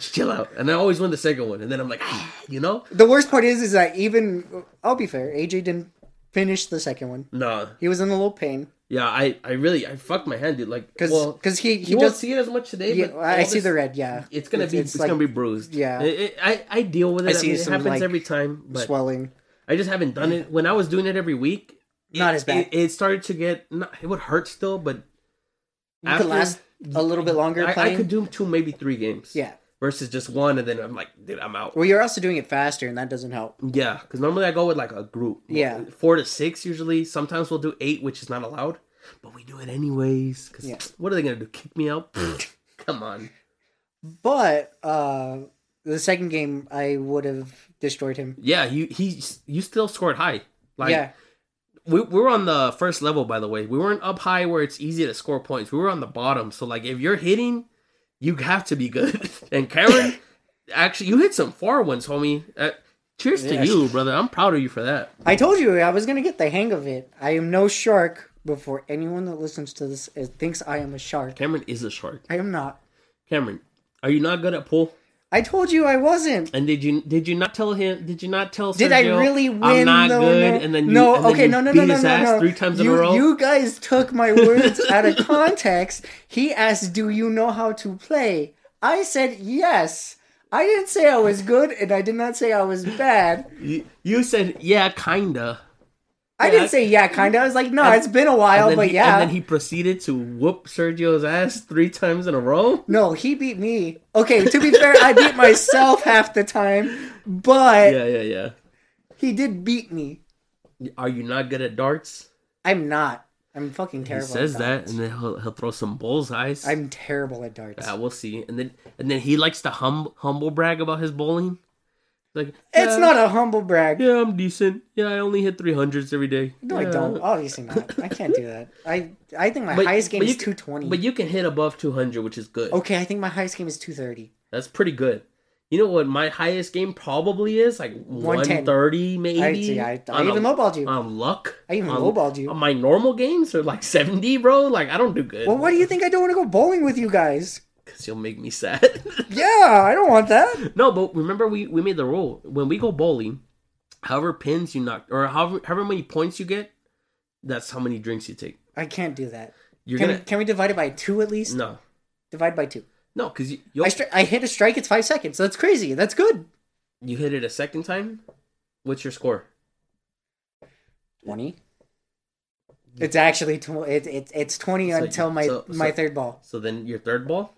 Chill out." And I always win the second one. And then I'm like, ah, you know,
The worst part is is that even I'll be fair, AJ didn't finish the second one.
no,
He was in a little pain
yeah, I, I really, I fucked my hand, dude. Like,
because
well,
he he
you won't
does.
see it as much today.
yeah,
but all
I see
this-
the red. Yeah,
It's gonna be it's, gonna be bruised.
yeah.
It- it- I I deal with it.
I
I,
see
mean, it
some,
happens
like,
every time, but
swelling.
I just haven't done it. When I was doing it every week, it-
Not as bad.
It, it started to get not, it would hurt still, but
You could last a little bit longer
I,
playing.
I could do two, maybe three games.
yeah. Mm.
versus just one, and then I'm like, dude, I'm out.
Well, you're also doing it faster, and that doesn't help.
Yeah, because normally I go with like a group.
Yeah.
four to six usually. Sometimes we'll do eight, which is not allowed, but we do it anyways. Because
Yeah.
what are they gonna do? Kick me out? [LAUGHS] Come on.
But uh the second game, I would have destroyed him.
Yeah, you he you still scored high. Like
yeah,
we, we were on the first level by the way we weren't up high where it's easy to score points we were on the bottom so like if you're hitting you have to be good [LAUGHS] and Cameron actually you hit some far ones homie uh, cheers
Yeah.
to you brother i'm proud of you for that
I told you I was gonna get the hang of it. I am no shark. Before anyone that listens to this is, thinks I am a shark,
Cameron is a shark
I am not.
Cameron are you not good at pool
I told you I wasn't.
and did you did you not tell him did you not tell
Did
Sergio,
I really win?
i'm not
though?
good
No.
and then you,
no,
and then
okay,
you
no, no,
beat
no, no,
his
no,
ass
no.
three times
you,
in a row
You guys took my words out of context. He asked, "Do you know how to play?" I said, "Yes." I didn't say I was good, and I did not say I was bad.
you, you said yeah kinda
I
Yeah.
didn't say yeah, kind of. I was like, "No,
And-
it's been a
and
while,
then
Oh, but
he,
yeah."
and then he proceeded to whoop Sergio's ass three times in a row.
no, he beat me. Okay, to be fair, I beat myself half the time, but
Yeah, yeah,
he did beat me.
yeah. Are you not good at darts?
I'm not. I'm fucking
He
terrible.
says
at
that,
darts.
and then he'll, he'll throw some bullseyes.
I'm terrible at darts.
yeah, we'll see. And then and then he likes to hum, humble brag about his bowling. Like
It's
"Yeah,
not a humble brag.
Yeah, I'm decent. Yeah, I only hit three hundreds every day.
No,
yeah.
I don't. Obviously not. I can't do that. I I think my
But-
highest game
but
is
you can-
two twenty.
But you can hit above two hundred, which is good.
okay, I think my highest game is two thirty.
That's pretty good. You know what my highest game probably is? Like
110.
130 maybe.
I see. I, I
On a-
even lowballed you.
on luck.
I even
on,
lowballed you.
on my normal games are like 70, bro. Like, I don't do good.
well, why do you think I don't want to go bowling with you guys?
Because you'll make me sad. [LAUGHS]
Yeah, I don't want that.
no, but remember, we, we made the rule. When we go bowling, however pins you knock, or however, however many points you get, that's how many drinks you take.
I can't do that.
You're
can,
going
can we divide it by two at least?
to. No.
Divide by two.
No, because you, you'll-
I stri- I hit a strike. It's five seconds. That's crazy. That's good.
you hit it a second time. What's your score?
Twenty. It's actually tw- it, it, it's twenty
So you-
until my
so-
my
so-
third ball.
So then your third ball.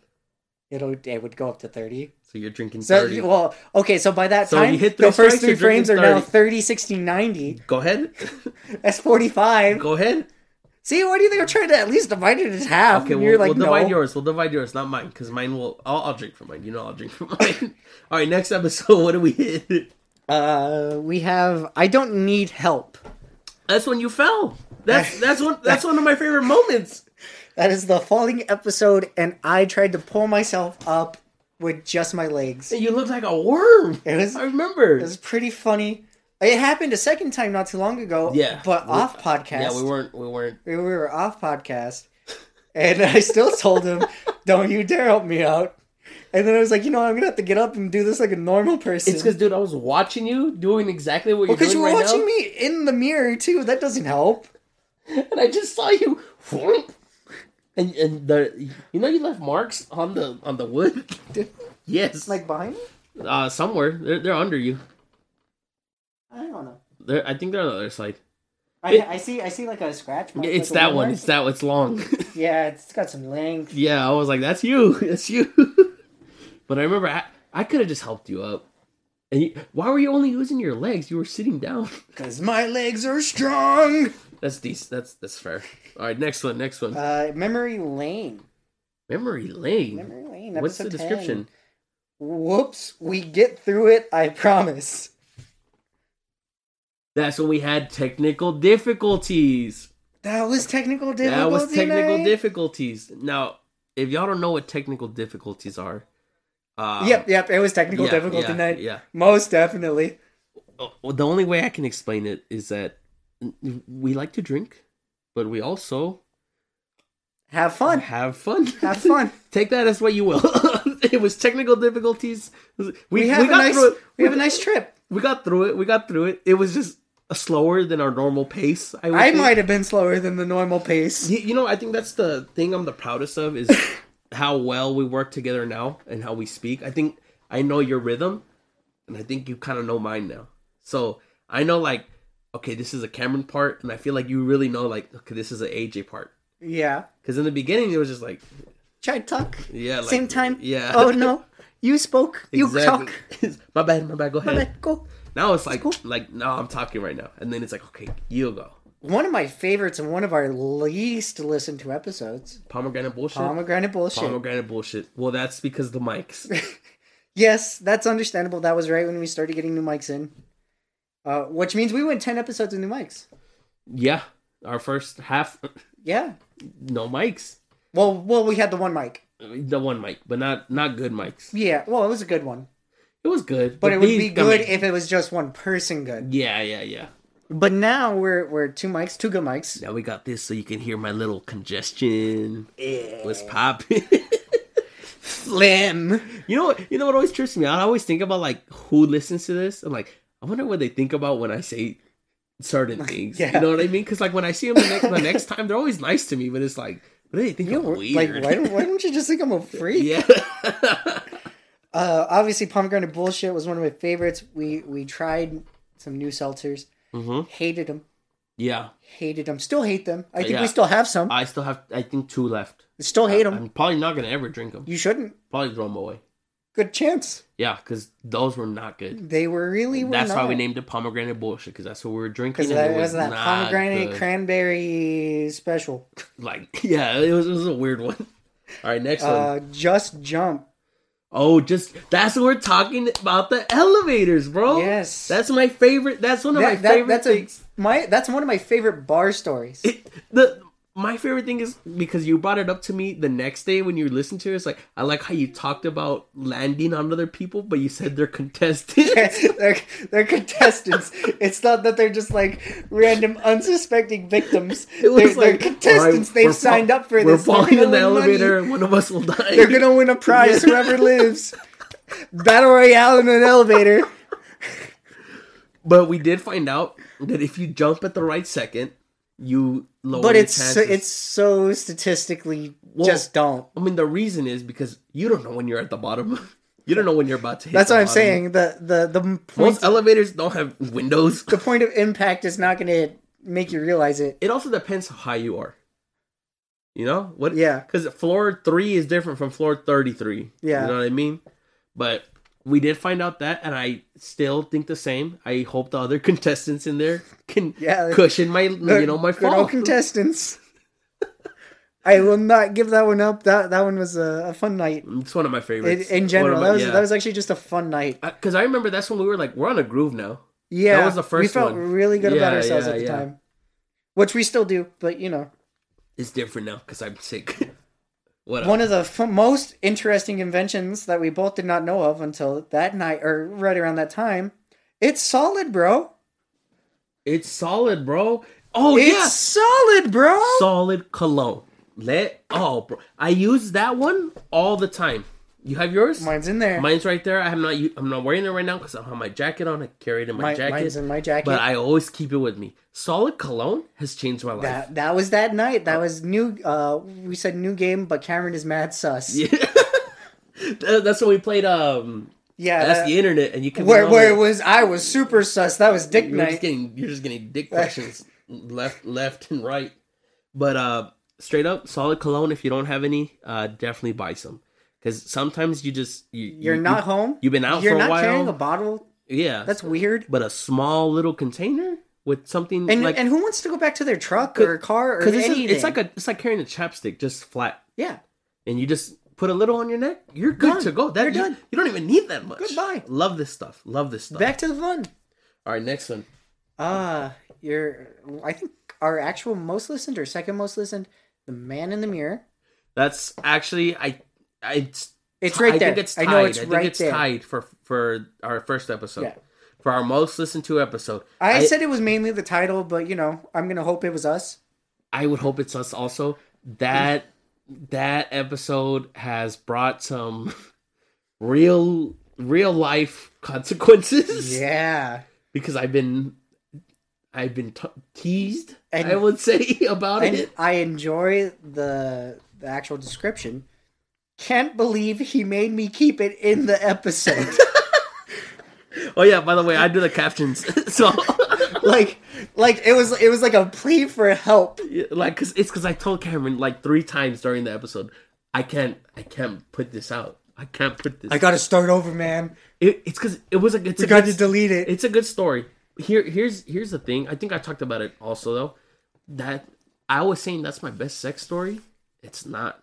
It'll it would go up to thirty.
So you're drinking
So
thirty.
well, okay. So by that
So
time,
you hit
the
three
first
strikes,
three
you're drinking
frames are now
30.
30, 60, 90.
Go ahead. [LAUGHS]
That's forty five.
Go ahead.
See, what do you think? I'm trying to at least divide it in half.
Okay,
and
we'll,
you're like
we'll divide
no.
yours. We'll divide yours, not mine, because mine will. I'll, I'll drink from mine. You know, I'll drink from [LAUGHS] mine. All right, next episode. [LAUGHS] What do we hit?
Uh, we have. I don't need help.
That's when you fell.
[LAUGHS]
That's that's one. That's one of my favorite moments.
That is the falling episode, and I tried to pull myself up with just my legs. It
You looked like a worm. [LAUGHS]
It was-
I remember.
was pretty funny. It happened a second time not too long ago.
Yeah.
but
We-
off podcast.
yeah, we weren't. We weren't.
we were off podcast, and [LAUGHS] I still told him, "Don't you dare help me out." And then I was like, you know, what, I'm gonna have to get up and do this like a normal person.
It's because, dude, I was watching you doing exactly what you're
because
doing
you were
right
watching
now,
me in the mirror too. That doesn't help.
[LAUGHS] and I just saw you. And and the you know you left marks on the on the wood. [LAUGHS] yes,
Like behind me?
uh, somewhere they're they're under you.
I don't know.
They're, I think they're on the other side.
I,
It-
I see. I see like a scratch mark.
It's
Oh, like a
that one.
mark.
It's that one. It's long.
[LAUGHS] Yeah, it's got some length.
yeah, I was like, that's you. [LAUGHS] That's you. but I remember I, I could have just helped you up. And you, why were you only using your legs? You were sitting down.
Cause my legs are strong.
That's decent. That's that's fair. All right, next one. Next one.
Uh, memory lane.
Memory lane.
Memory lane.
What's the
episode 10.
description?
Whoops, we get through it. I promise.
That's when we had technical difficulties.
That was technical difficulty.
that was technical
night.
difficulties. Now, if y'all don't know what technical difficulties are, uh,
Yep, yep. It was technical
yeah,
difficulty
yeah,
night.
Yeah. Oh,
Most definitely.
Well, the only way I can explain it is that we like to drink, but we also
Have fun.
have fun.
Have fun.
[LAUGHS] Take that as what you will. [LAUGHS] it was technical difficulties. We,
We,
we
have a
got
nice.
through it.
We have a nice trip.
We got through it. We got through it. It was just slower than our normal pace. would
I
think.
might have been slower than the normal pace.
You, you know, I think that's the thing I'm the proudest of
[LAUGHS]
is how well we work together now and how we speak. I think I know your rhythm, and I think you kind of know mine now. So I know like, okay, this is a Cameron part, and I feel like you really know like, okay, this is an AJ part.
Yeah.
Because in the beginning it was just like,
Try to talk.
yeah, like,
Same time.
yeah.
Oh no. You spoke. You
Exactly.
talk.
[LAUGHS] my bad, my bad. Go ahead.
Let go.
Now it's like, like no, I'm talking right now, and then it's like, okay, you go.
One of my favorites and one of our least listened to episodes.
Pomegranate bullshit.
Pomegranate bullshit.
Pomegranate bullshit. Well, that's because the mics.
[LAUGHS] Yes, that's understandable. That was right when we started getting new mics in, uh, which means we went ten episodes of new mics.
Yeah, our first half,
Yeah.
no mics,
Well, well, we had the one mic.
the one mic, but not not good mics.
Yeah. Well, it was a good one,
It was good,
but it would be
these- I
good
mean,
if it was just one person good.
yeah, yeah, yeah.
But now we're we're two mics, two good mics.
Now we got this, so you can hear my little congestion.
Yeah.
What's popping?
Slim.
[LAUGHS] you know what? You know what always trips me out. I always think about like who listens to this. I'm like, I wonder what they think about when I say
[LAUGHS]
certain things.
yeah.
You know what I mean? Because like when I see them the next, the next time, they're always nice to me, but it's like, what do they think?
You
I'm
know,
weird.
like why don't, why don't you just think I'm a
[LAUGHS]
freak?
yeah. [LAUGHS]
Uh, obviously, pomegranate bullshit was one of my favorites. We we tried some new seltzers,
hmm
hated them,
Yeah.
hated them, still hate them. I think
Yeah.
we still have some,
I still have. I think two left.
still hate them.
I'm probably not gonna ever drink them.
You shouldn't.
Probably throw them away.
Good chance.
Yeah, because those were not good.
They were really. Were
That's why
not.
we named it pomegranate bullshit because that's what we were drinking.
Because
and it
that was that
not
pomegranate
good.
cranberry special.
Like, [LAUGHS] yeah, it was, it was a weird one. [LAUGHS] All right, next one.
Uh, just jump.
Oh, just that's what we're talking about the elevators, bro.
Yes.
that's my favorite. That's one of my
That- that-
favorite
that's
things.
a my. That's one of my favorite bar stories. [LAUGHS]
It- the my favorite thing is because you brought it up to me the next day when you listened to it. It's like I like how you talked about landing on other people, but you said they're contestants. [LAUGHS]
they're, they're contestants. It's not that they're just like random unsuspecting victims.
It was
They're, they're
like,
contestants.
alright, we're
They've
fa-
signed up for
We're
this. They're
falling
gonna
in the
win money.
elevator. One of us will die.
They're gonna win a prize. Whoever lives. Battle royale in an elevator.
[LAUGHS] But we did find out that if you jump at the right second, you lower.
But
your
it's so,
chances.
it's so statistically
Well,
just don't.
I mean, the reason is because you don't know when you're at the bottom. [LAUGHS] You don't know when you're about to. hit
That's
the
what I'm
bottom.
saying. The the the point
Most elevators don't have windows.
the point of impact is not going to make you realize it.
It also depends how high you are. You know what?
Yeah.
Because floor three is different from floor thirty-three.
Yeah.
You know what I mean? But we did find out that, and I still think the same. I hope the other [LAUGHS] contestants in there can
[LAUGHS] Yeah.
cushion my, you know, my
Good old
fall.
contestants. I will not give that one up. That that one was a, a fun night.
it's one of my
In,
favorites.
in general, that was that was actually just a fun night.
because I remember that's when we were like, we're on a groove now.
Yeah,
was the
We
first
felt
one.
really good about
Yeah,
ourselves
yeah,
at the
yeah.
time, which we still do. But you know,
It's different now because I'm sick. [LAUGHS] what?
one of the f- most interesting inventions that we both did not know of until that night, or right around that time, it's solid, bro.
It's solid, bro. Oh
It's
yeah,
solid, bro.
solid cologne. Let oh, bro. I use that one all the time. You have yours?
Mine's in there.
Mine's right there. I'm not. u- I'm not wearing it right now because I don't have my jacket on. I carry it in my
Mi-
jacket.
mine's in my jacket.
But I always keep it with me. Solid cologne has changed my life.
That that was that night.
Oh.
That was new. Uh, we said new game, but Cameron is mad sus. Yeah,
Th- [LAUGHS] That's when we played. Um, that's
that-
the internet, and you can.
Uh, where where it was I was super sus. That was Dick
You're just
night.
getting. You're just getting
[LAUGHS]
dick questions left, left, and right. But uh, straight up, solid cologne. If you don't have any, uh, definitely buy some. Because sometimes you just you,
You're
you-
not home.
You've been out
You're
for a
not
while.
carrying a bottle.
yeah,
That's weird.
but a small little container with something
And
like
and who wants to go back to their truck or car or
because it's,
anything?
just- it's like a it's like carrying a chapstick just flat,
yeah.
and you just put a little on your neck. You're good
Done.
to go. That
You're
you,
done.
you don't even need that much.
Goodbye.
Love this stuff. Love this stuff.
Back to the fun.
All right, next one.
Ah, you're. I think our actual most listened or second most listened, the man in the mirror.
That's actually I I
It's right
I
there.
think it's
I
tied. I,
know it's
think
right
it's
there.
tied for for our first episode.
Yeah.
For our most listened to episode.
I, said it was mainly the title, but you know, I'm gonna hope it was us.
I would hope it's us also. That that episode has brought some [LAUGHS] real real life consequences
Yeah.
because I've been I've been t- teased.
And-
I would say [LAUGHS] about
And
it.
I enjoy the the actual description. Can't believe he made me keep it in the episode. [LAUGHS]
Oh yeah, by the way, I do the captions. [LAUGHS] so
like like it was it was like a plea for help.
like cuz it's cuz I told Cameron like 3 times during the episode, I can't I can't put this out. I can't put this.
I gotta start over, man.
it, it's cuz it was a it's
We
a good
gotta delete it.
it's a good story. Here, here's here's the thing. I think I talked about it also though. That I was saying that's my best sex story. It's not.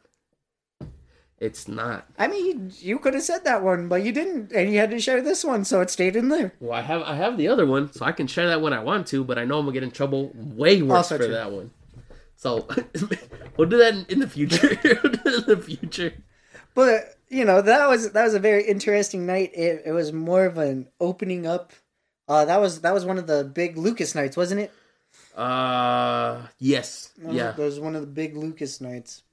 It's not.
I mean, you could have said that one, but you didn't, and you had to share this one, so it stayed in there.
Well, I have I have the other one, so I can share that when I want to. But I know I'm gonna get in trouble way worse
Also
for
true.
that one. So [LAUGHS] we'll do that in, in the future. [LAUGHS] We'll do that in the future.
But you know, that was that was a very interesting night. It, it was more of an opening up. Uh, that was that was one of the big Lucas nights, wasn't it?
Uh, yes,
That was-
yeah,
that was one of the big Lucas nights.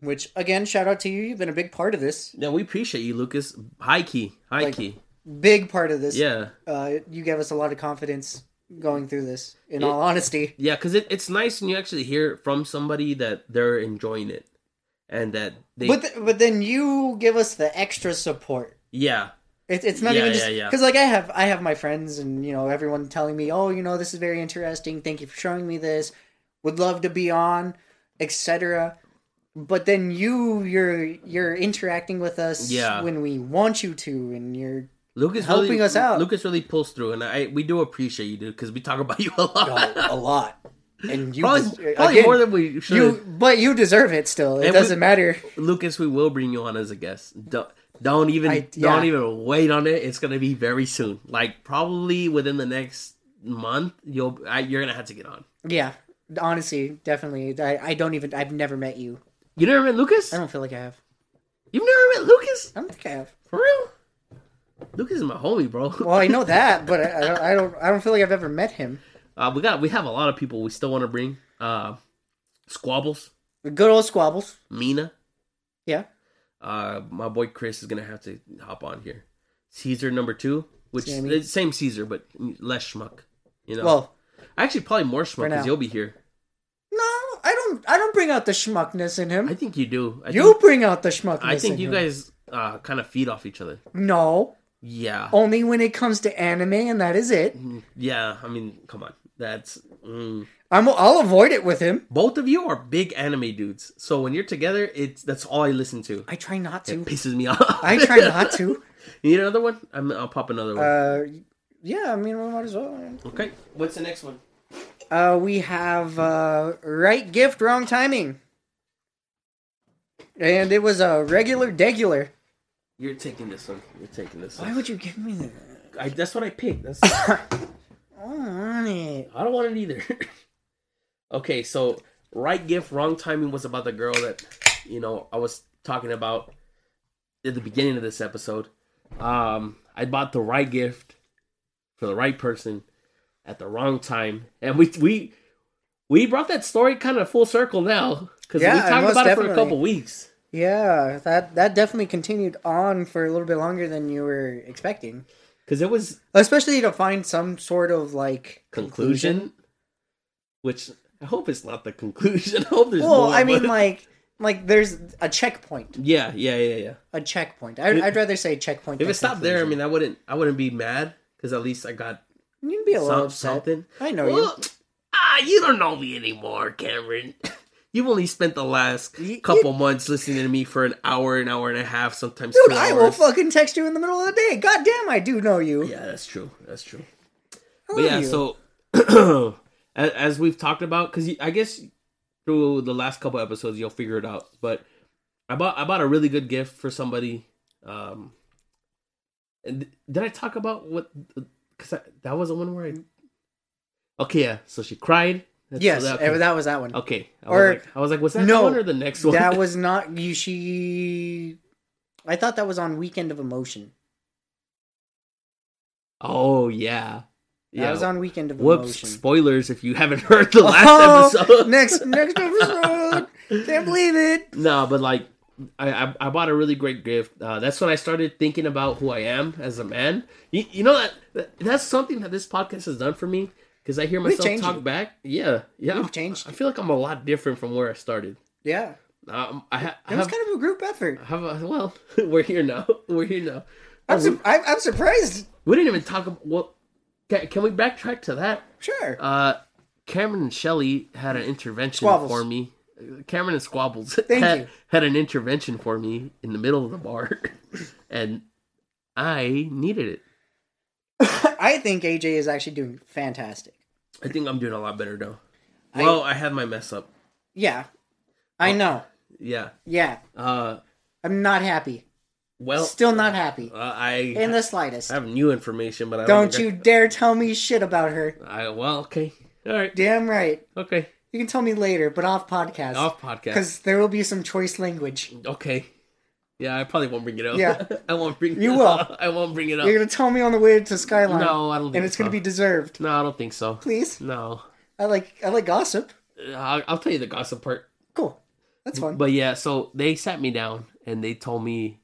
Which again, shout out to you. You've been a big part of this,
yeah. We appreciate you, Lucas. High key, high
Like-
key.
big part of this.
Yeah.
Uh, you gave us a lot of confidence going through this. In all honesty,
Yeah, because it, it's nice when you actually hear it from somebody that they're enjoying it, and that they
but th- but then you give us the extra support.
yeah
It, it's not
Yeah,
even
yeah,
just because
yeah.
like I have I have my friends and you know everyone telling me oh you know this is very interesting thank you for showing me this would love to be on etc. But then you you're you're interacting with us
Yeah.
when we want you to and you're
Lucas
helping
really,
us out.
Lucas really pulls through, and I we do appreciate you, dude, because we talk about [LAUGHS] you a lot.
a lot and you
probably
des-
probably
again,
more than we should.
you but you deserve it still it
And we-
doesn't matter
Lucas, we will bring you on as a guest. Don't don't even
I-
don't
yeah.
even wait on it. It's gonna be very soon, like probably within the next month. You'll I, you're gonna have to get on.
yeah honestly definitely I, I don't even I've never met you
You never met Lucas?
I don't feel like I have
You've never met Lucas
I don't think I have
for real? Lucas is my homie, bro.
well I know that but I, I don't I don't I don't feel like I've ever met him.
Uh, we got we have a lot of people we still want to bring. Uh, Squabbles,
Good old squabbles.
Mina.
Yeah.
Uh, my boy Chris is gonna have to hop on here. Caesar number two, which
Sammy.
is same Caesar but less schmuck. You know,
Well,
actually probably more schmuck
now.
because you'll be here.
no, I don't. I don't bring out the schmuckness in him.
I think you do. I
you
Think,
bring out the schmuckness.
I think
in
you
him.
guys uh, kind of feed off each other.
No,
Yeah.
only when it comes to anime, and that is it.
Yeah. I mean, come on. That's mm.
I'm I'll avoid it with him.
both of you are big anime dudes. So when you're together, it's that's all I listen to.
I try not
It
to.
pisses me [LAUGHS] off.
I try not to.
You need another one? I'm, I'll pop another one.
Uh, yeah, I mean we might as well. man.
okay. What's the next one?
Uh, we have uh, right gift, wrong timing, and it was a regular degular.
You're taking this one. You're taking this
Why
one.
would you give me that?
I, that's what I picked. That's,
I don't want it.
I don't want it either. [LAUGHS] okay, so right gift, wrong timing was about the girl that you know I was talking about at the beginning of this episode. Um, I bought the right gift for the right person at the wrong time, and we we we brought that story kind of full circle now because we
Yeah,
talked
most
about it for a
definitely.
couple weeks.
Yeah, that that definitely continued on for a little bit longer than you were expecting.
Because it was
Especially to find some sort of like
conclusion, which I hope it's not the conclusion. [LAUGHS] I hope there's
Well,
more,
I mean,
but-
like, like there's a checkpoint.
yeah, yeah, yeah, yeah.
A checkpoint. I, I'd rather say checkpoint.
If
than
it stopped there, I
conclusion.
mean, I wouldn't, I wouldn't be mad because at least I got
you'd be a little
some,
upset.
something.
I know you.
Well, ah, you don't know me anymore, Cameron. [LAUGHS] You've only spent the last
Y-
couple months listening to me for an hour, an hour and a half, sometimes
Dude,
two
I
hours.
will fucking text you in the middle of the day. God damn, I do know you.
yeah, that's true. That's true.
I
But
love
yeah,
you.
so [CLEARS THROAT] as, as we've talked about, because I guess through the last couple episodes you'll figure it out. But I bought I bought a really good gift for somebody. Um, and th- did I talk about what? Because that was the one where I. Okay, yeah. So she cried. That's-
yes,
that-
eh,
okay.
that was that one.
okay. I
or-
was like, I was like, was that
no,
the one or the next one? [LAUGHS]
That was not you. She. I thought that was on Weekend of Emotion.
oh yeah,
That
yeah.
was on Weekend of
Whoops!
Emotion.
Spoilers if you haven't [LAUGHS] heard the last
Oh,
episode. [LAUGHS]
Next next episode. Can't believe it.
No, but like, I, I I bought a really great gift. Uh, that's when I started thinking about who I am as a man. You, you know that- that that's something that this podcast has done for me because I hear
We've
myself
changed
talk
it.
back. Yeah, yeah,
We've
I'm-
changed
I feel like I'm a lot different from where I started.
Yeah,
Um, I, ha- I
it was
have, Oh,
kind of a group effort.
I have a, well, [LAUGHS] we're here now. We're here now. Oh,
I'm, su- I'm, I'm surprised.
We didn't even talk about. Well, can, can we backtrack to that? [LAUGHS]
Sure.
Uh, Cameron and Shelly had an intervention
Squabbles.
for me. Cameron and Squabbles
[LAUGHS] Thank
had,
you.
had an intervention for me in the middle of the bar, [LAUGHS] and I needed it.
I think AJ is actually doing fantastic.
I think I'm doing a lot better now. Well, I had my mess up.
Yeah,
Oh.
I know.
Yeah.
Yeah,
Uh.
I'm not happy.
Well,
Still not happy
uh, I
in the slightest.
I have new information, but I don't,
Don't you
think
dare tell me shit about her.
I, I well, okay, all right,
Damn right.
okay,
You can tell me later, but off podcast
off podcast.
because there will be some choice language.
Okay. Yeah, I probably won't bring it up.
Yeah.
[LAUGHS] I won't bring.
You
it
will.
Up. I won't bring it up.
You're gonna tell me on the way to Skyline,
No, I don't. Think
and it's gonna
so.
be deserved.
No, I don't think so.
Please,
No,
I like I like gossip.
I'll, I'll tell you the gossip part.
Cool, that's fun.
But yeah, so they sat me down and they told me,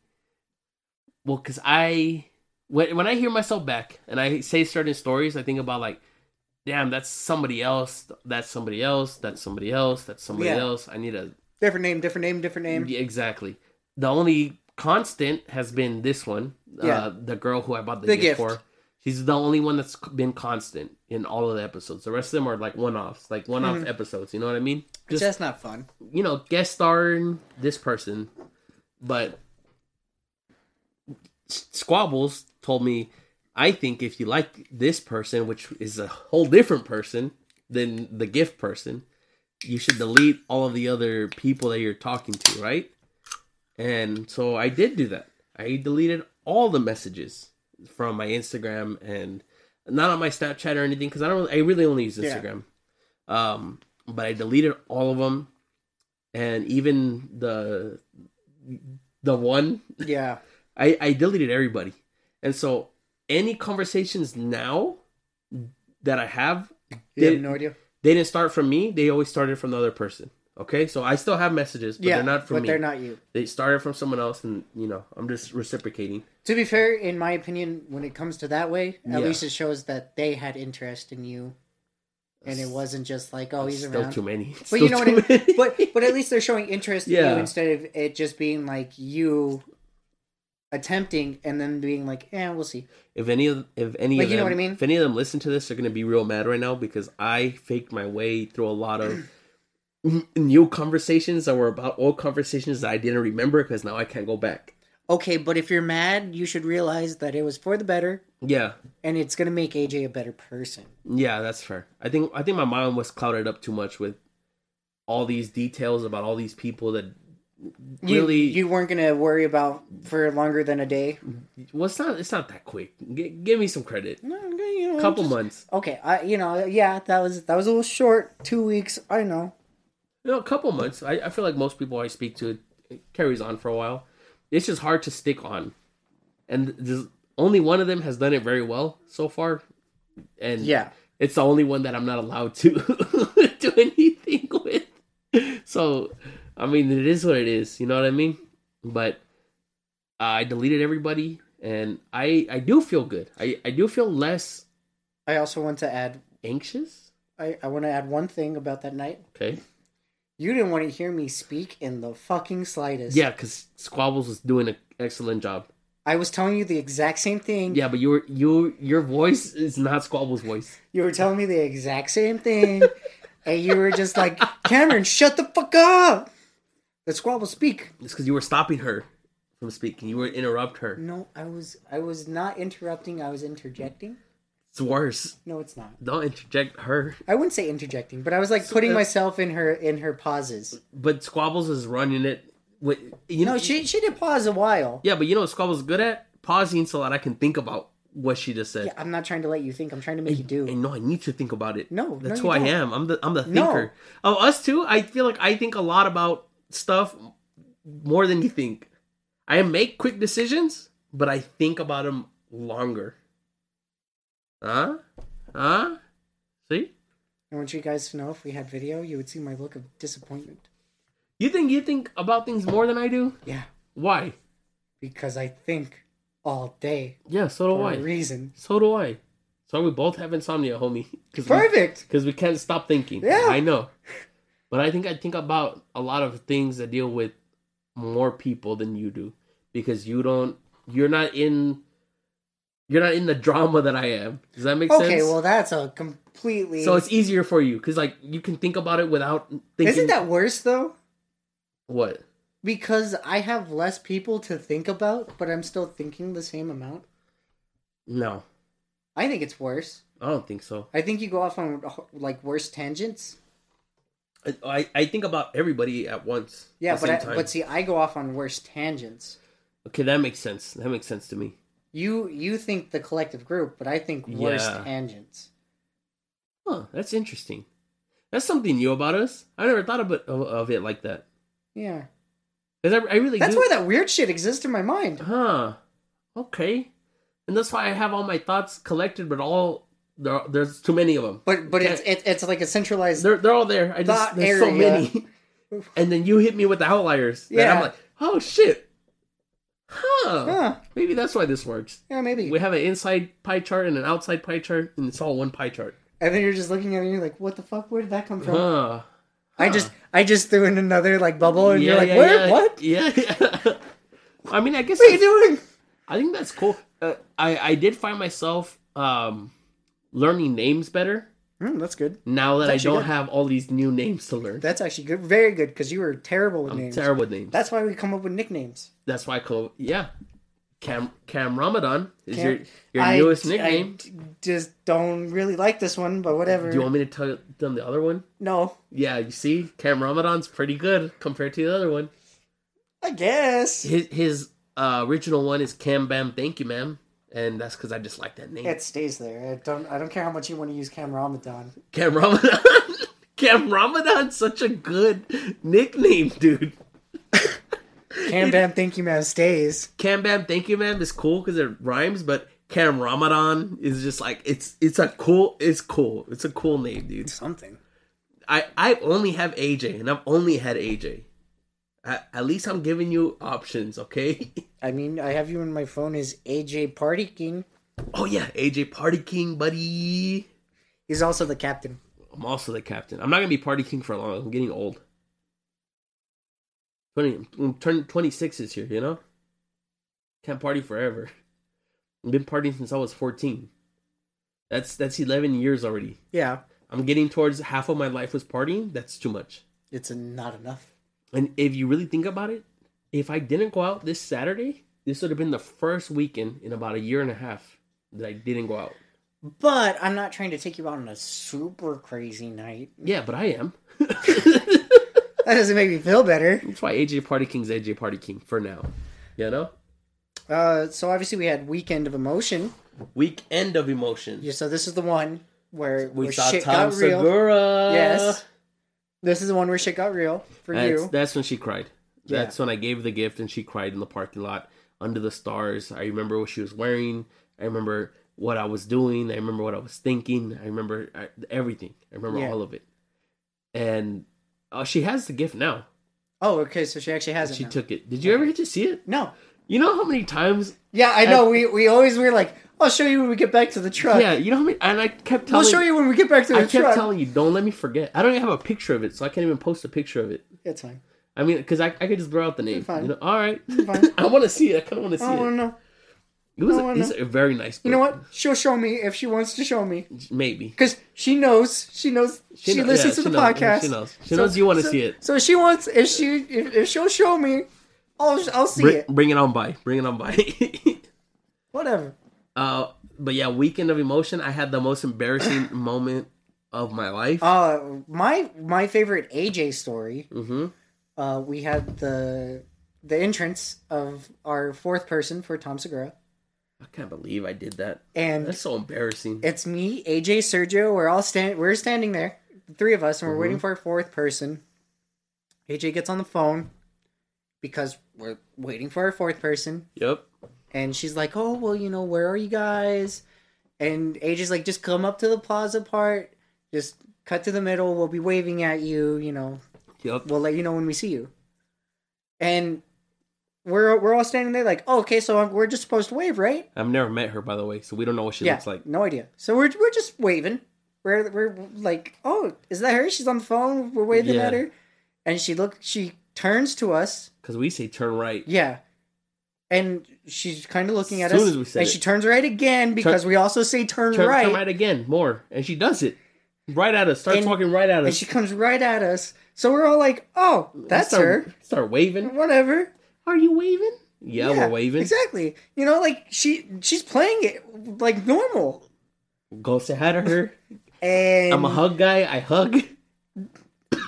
well, because I when when I hear myself back and I say certain stories, I think about like, damn, that's somebody else, that's somebody else, that's somebody else, that's somebody
Yeah.
else. I need a
different name, different name, different name.
Yeah, exactly. The only constant has been this one,
Yeah.
uh, the girl who I bought the,
The
gift,
gift.
for. She's the only one that's been constant in all of the episodes. The rest of them are like one offs, like one off
Mhm.
episodes. You know what I mean? Just
It's That's not fun.
you know, guest starring this person, but Squabbles told me, I think if you like this person, which is a whole different person than the gift person, you should delete all of the other people that you're talking to, right? And so I did do that. I deleted all the messages from my Instagram and not on my Snapchat or anything because I don't. I really only use
Yeah.
Instagram. Um, but I deleted all of them, and even the the one
Yeah.
I, I deleted everybody. And so any conversations now that I have,
You
they,
have no idea.
they didn't start from me. They always started from the other person. Okay, so I still have messages, but
yeah,
they're not from
but
me.
they're not you.
They started from someone else, and you know I'm just reciprocating.
To be fair, in my opinion, when it comes to that way, at
Yeah.
least it shows that they had interest in you, and it wasn't just like, oh, he's
still
around.
too many.
but
Still
you know what?
too
I mean?
many.
But but at least they're showing interest in
Yeah.
you instead of it just being like you attempting and then being like, "Yeah, we'll see."
[LAUGHS] If any of if any
Like,
of
you know
them-
what I mean?
if any of them listen to this, they're gonna be real mad right now because I faked my way through a lot of [CLEARS THROAT] n- new conversations that were about old conversations that I didn't remember because now I can't go back.
Okay, but if you're mad, you should realize that it was for the better
Yeah,
and it's going to make AJ a better person.
yeah, that's fair. I think I think my mind was clouded up too much with all these details about all these people that
You-
really Mm,
you weren't going to worry about for longer than a day.
well, it's not it's not that quick. G- give me some credit.
No, you know,
Couple
just-
months,
Okay, I you know, yeah, that was that was a little short, 2 weeks, I know.
no, a couple months. I, I feel like most people I speak to it carries on for a while. It's just hard to stick on, and there's, only one of them has done it very well so far. And
Yeah.
it's the only one that I'm not allowed to [LAUGHS] do anything with. So, I mean, it is what it is. You know what I mean? But uh, I deleted everybody, and I I do feel good. I I do feel less
I also want to add
anxious.
I, I want to add one thing about that night.
Okay.
You didn't want to hear me speak in the fucking slightest.
Yeah, because Squabbles was doing an excellent job.
I was telling you the exact same thing.
Yeah, but you were you your voice is not Squabble's voice.
You were telling me the exact same thing. and you were just like, Cameron, shut the fuck up. Let Squabble speak.
It's because you were stopping her from speaking. You were interrupt her.
No, I was I was not interrupting, I was interjecting.
It's worse.
No, it's not.
Don't interject her.
I wouldn't say interjecting, but I was like putting myself in her in her pauses.
But Squabbles is running it. With, you know
No, she she did pause a while.
Yeah, but you know what Squabble's good at? Pausing so that I can think about what she just said.
Yeah, I'm not trying to let you think. I'm trying to make you do.
And no, I need to think about it.
No,
that's
no,
who
you
I
don't.
am. I'm the I'm the
No.
thinker. Oh, us too. I feel like I think a lot about stuff more than you think. I make quick decisions, but I think about them longer. Huh? Huh? See?
I want you guys to know if we had video, you would see my look of disappointment.
You think you think about things more than I do?
Yeah,
Why?
because I think all day
Yeah, so do
for
I.
a reason.
So do I. So we both have insomnia, homie. 'Cause we-
Perfect.
because we can't stop thinking.
Yeah.
I know. But I think I think about a lot of things that deal with more people than you do because you don't you're not in you're not in the drama that I am. Does that make
Okay,
sense?
well that's a completely.
so it's easier for you because like you can think about it without thinking.
isn't that worse though?
what?
Because I have less people to think about, but I'm still thinking the same amount.
No,
I think it's worse.
I don't think so.
I think you go off on like worse tangents.
I I, I think about everybody at once.
Yeah,
at the
but I,
same time.
but see, I go off on worse tangents.
okay, that makes sense. That makes sense to me.
You you think the collective group, but I think worse
Yeah.
tangents.
Huh? That's interesting. That's something new about us. I never thought of it, of, of it like that.
Yeah,
'Cause I, I really
that's
do-
why that weird shit exists in my mind.
Huh. Okay. And that's why I have all my thoughts collected, but all there, there's too many of them.
But but it's it, it's like a centralized.
They're they're all there. I just
Thought
there's so
area. [LAUGHS]
many. and then you hit me with the outliers. Yeah. I'm
Yeah.
like, oh shit. Huh.
Huh.
Maybe that's why this works.
Yeah, maybe.
We have an inside pie chart and an outside pie chart, and it's all one pie chart.
And then you're just looking at it and you're like, what the fuck? Where did that come from?
Huh.
I just I just threw in another like bubble and you're
Yeah,
like,
yeah,
where?
yeah.
What?
Yeah. [LAUGHS] yeah. I mean, I guess
What are
that's-
you doing?
I think that's cool. Uh, I I did find myself um, learning names better
Hmm, that's good.
now that I
actually
don't
good.
have all these new names to learn.
That's actually good. Very good because you were terrible with
I'm
names.
terrible with names.
That's why we come up with nicknames.
That's why I call yeah. Cam Cam Ramadan is
Cam-
your your
I-
newest
I
nickname.
d- just don't really like this one, but whatever.
Do you want me to tell them the other one?
no,
Yeah, you see, Cam Ramadan's pretty good compared to the other one.
I guess
His his uh, original one is Cam Bam. Thank you, ma'am. And that's because I just like that name.
it stays there. I don't. I don't care how much you want to use Cam Ramadan.
[LAUGHS] Cam Ramadan. Cam Ramadan's such a good nickname, dude.
Cam Bam, thank you, man. Stays.
Cam Bam, thank you, ma'am, is cool because it rhymes, but Cam Ramadan is just like it's it's a cool it's cool. It's a cool name, dude.
Something.
I I only have AJ and I've only had AJ. I, at least I'm giving you options, okay? [LAUGHS]
I mean, I have you in my phone as AJ Party King.
oh yeah, AJ Party King, buddy.
He's also the captain.
I'm also the captain. I'm not gonna be Party King for long. I'm getting old. mm, Twenty, I'm turn twenty six is here, you know. Can't party forever. I've been partying since I was 14. That's that's 11 years already.
Yeah,
I'm getting towards half of my life was partying. That's too much.
it's not enough.
And if you really think about it, if I didn't go out this Saturday, this would have been the first weekend in about a year and a half that I didn't go out.
But I'm not trying to take you out on a super crazy night.
Yeah, but I am. [LAUGHS]
That doesn't make me feel better.
That's why AJ Party King's AJ Party King for now. You know?
Uh, so obviously we had weekend of emotion.
Weekend of emotion.
Yeah, so this is the one where,
We
where
saw
shit
Tom
got real.
Segura.
Yes. This is the one where shit got real for
That's,
you.
that's when she cried.
Yeah.
That's when I gave the gift and she cried in the parking lot under the stars. I remember what she was wearing. I remember what I was doing. I remember what I was thinking. I remember uh, everything. I remember
Yeah.
all of it. And uh, she has the gift now.
Oh, okay. So she actually has it.
She
now.
took it. Did you ever get to see it?
no.
You know how many times?
Yeah, I know. we we always were like, I'll show you when we get back to the truck.
Yeah, you know how many? And I kept
I'll
telling.
Uh, show you when we get back to the
I kept
truck.
telling you, don't let me forget. I don't even have a picture of it, so I can't even post a picture of it.
It's fine.
I mean, because I, I could just blur out the name.
Fine.
You know, all right.
Fine.
[LAUGHS] I want to see it. I kind of want to see
I
it.
don't know.
It was
Oh,
a,
I
it's a very nice book.
Oh, You know what? She'll show me if she wants to show me,
Maybe.
because she knows. She knows. She,
kno-
listens
yeah,
to the
she knows- yeah,
podcast.
She knows. She knows you want to
so-
see it.
So if she wants. If she if, if she'll show me, I'll I'll see
Bring,
it.
bring it on by. Bring it on by. [LAUGHS]
Whatever.
uh, but yeah, weekend of emotion. I had the most
[COUGHS]
embarrassing moment of my life.
Uh, my my favorite AJ story.
Mhm.
Uh, we had the the entrance of our fourth person for Tom Segura,
I can't believe I did that.
and
That's so embarrassing.
it's me, AJ, Sergio. We're all stand. We're standing there, the three of us, and we're waiting for a fourth person. AJ gets on the phone because we're waiting for our fourth person,
yep.
and she's like, "Oh, well, you know, where are you guys?" And AJ's like, "Just come up to the plaza part. Just cut to the middle. We'll be waving at you. You know,
Yep.
we'll let you know when we see you." And we're we're all standing there like, oh, "Okay, so we're just supposed to wave, right?"
I've never met her, by the way, so we don't know what she looks like.
No idea. So we're we're just waving. We're we're like, oh, is that her? She's on the phone. We're waving
Yeah.
at her, and she look. She turns to us.
Because we say turn right.
Yeah, and she's kind of looking at
Soon
us.
as we said
and
it.
she turns right again because we also say turn,
Turn,
right,
turn right again, more. And she does it. Right at us. Starts
And-
walking right at
and
us.
she comes right at us. So we're all like, oh,
We
that's
start,
her.
Start waving.
Whatever.
Are you waving? Yeah, we're waving.
Exactly. You know, like she she's playing it like normal.
Go say hi to her.
And
I'm a hug guy. I hug.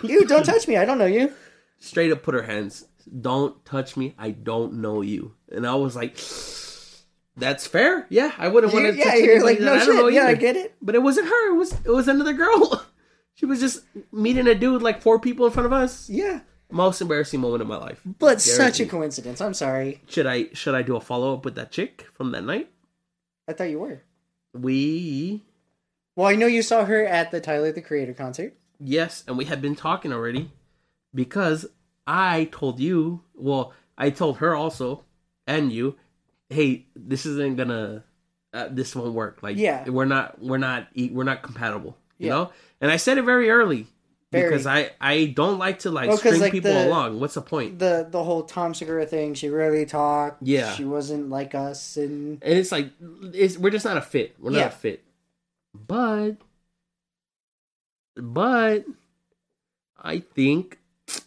you don't touch me. I don't know you.
Straight up put her hands. Don't touch me. I don't know you. And I was like, that's fair. Yeah, [LAUGHS] I wouldn't want
You-
to
yeah,
touch
you're
anybody
like
that
no
I don't know
shit. Yeah, I
either."
get it.
But it wasn't her. It was it was another girl. [LAUGHS] she was just meeting a dude like four people in front of us.
Yeah.
Most embarrassing moment of my life.
But such a
Guaranteed.
coincidence. I'm sorry.
Should I should I do a follow up with that chick from that night?
I thought you were.
We
Well, I know you saw her at the Tyler the Creator concert.
Yes, and we had been talking already because I told you, well, I told her also and you, hey, this isn't gonna, uh, this won't work. Like,
Yeah.
we're not, we're not, e- we're not compatible. You
Yeah.
know, and I said it very early
Very.
because I, I don't like to like
Well, 'cause,
string
like,
people
the-
along. What's the point?
The the whole Tom Segura thing, she really talked.
Yeah.
She wasn't like us and
and it's like, it's, we're just not a fit. We're not
Yeah.
a fit. But, but, I think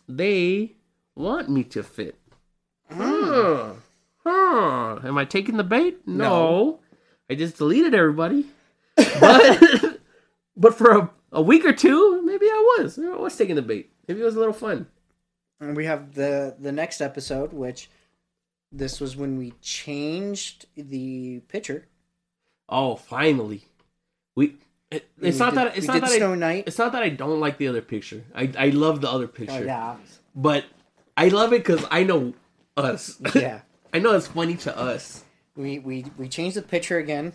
they want me to fit.
Hmm.
Huh. Huh. Am I taking the bait? No.
No.
I just deleted everybody. But [LAUGHS] but for a, a week or two, maybe I was. Maybe I was taking the bait. Maybe it was a little fun.
And we have the the next episode, which this was when we changed the picture.
Oh, finally. We it, it's
We
not
did-
that it's
we
not
did
that
Snow
I,
Night.
it's not that I don't like the other picture. I I love the other picture. [LAUGHS]
Oh, yeah,
But I love it cuz I know us.
yeah.
[LAUGHS] I know it's funny to us.
We we we changed the picture again.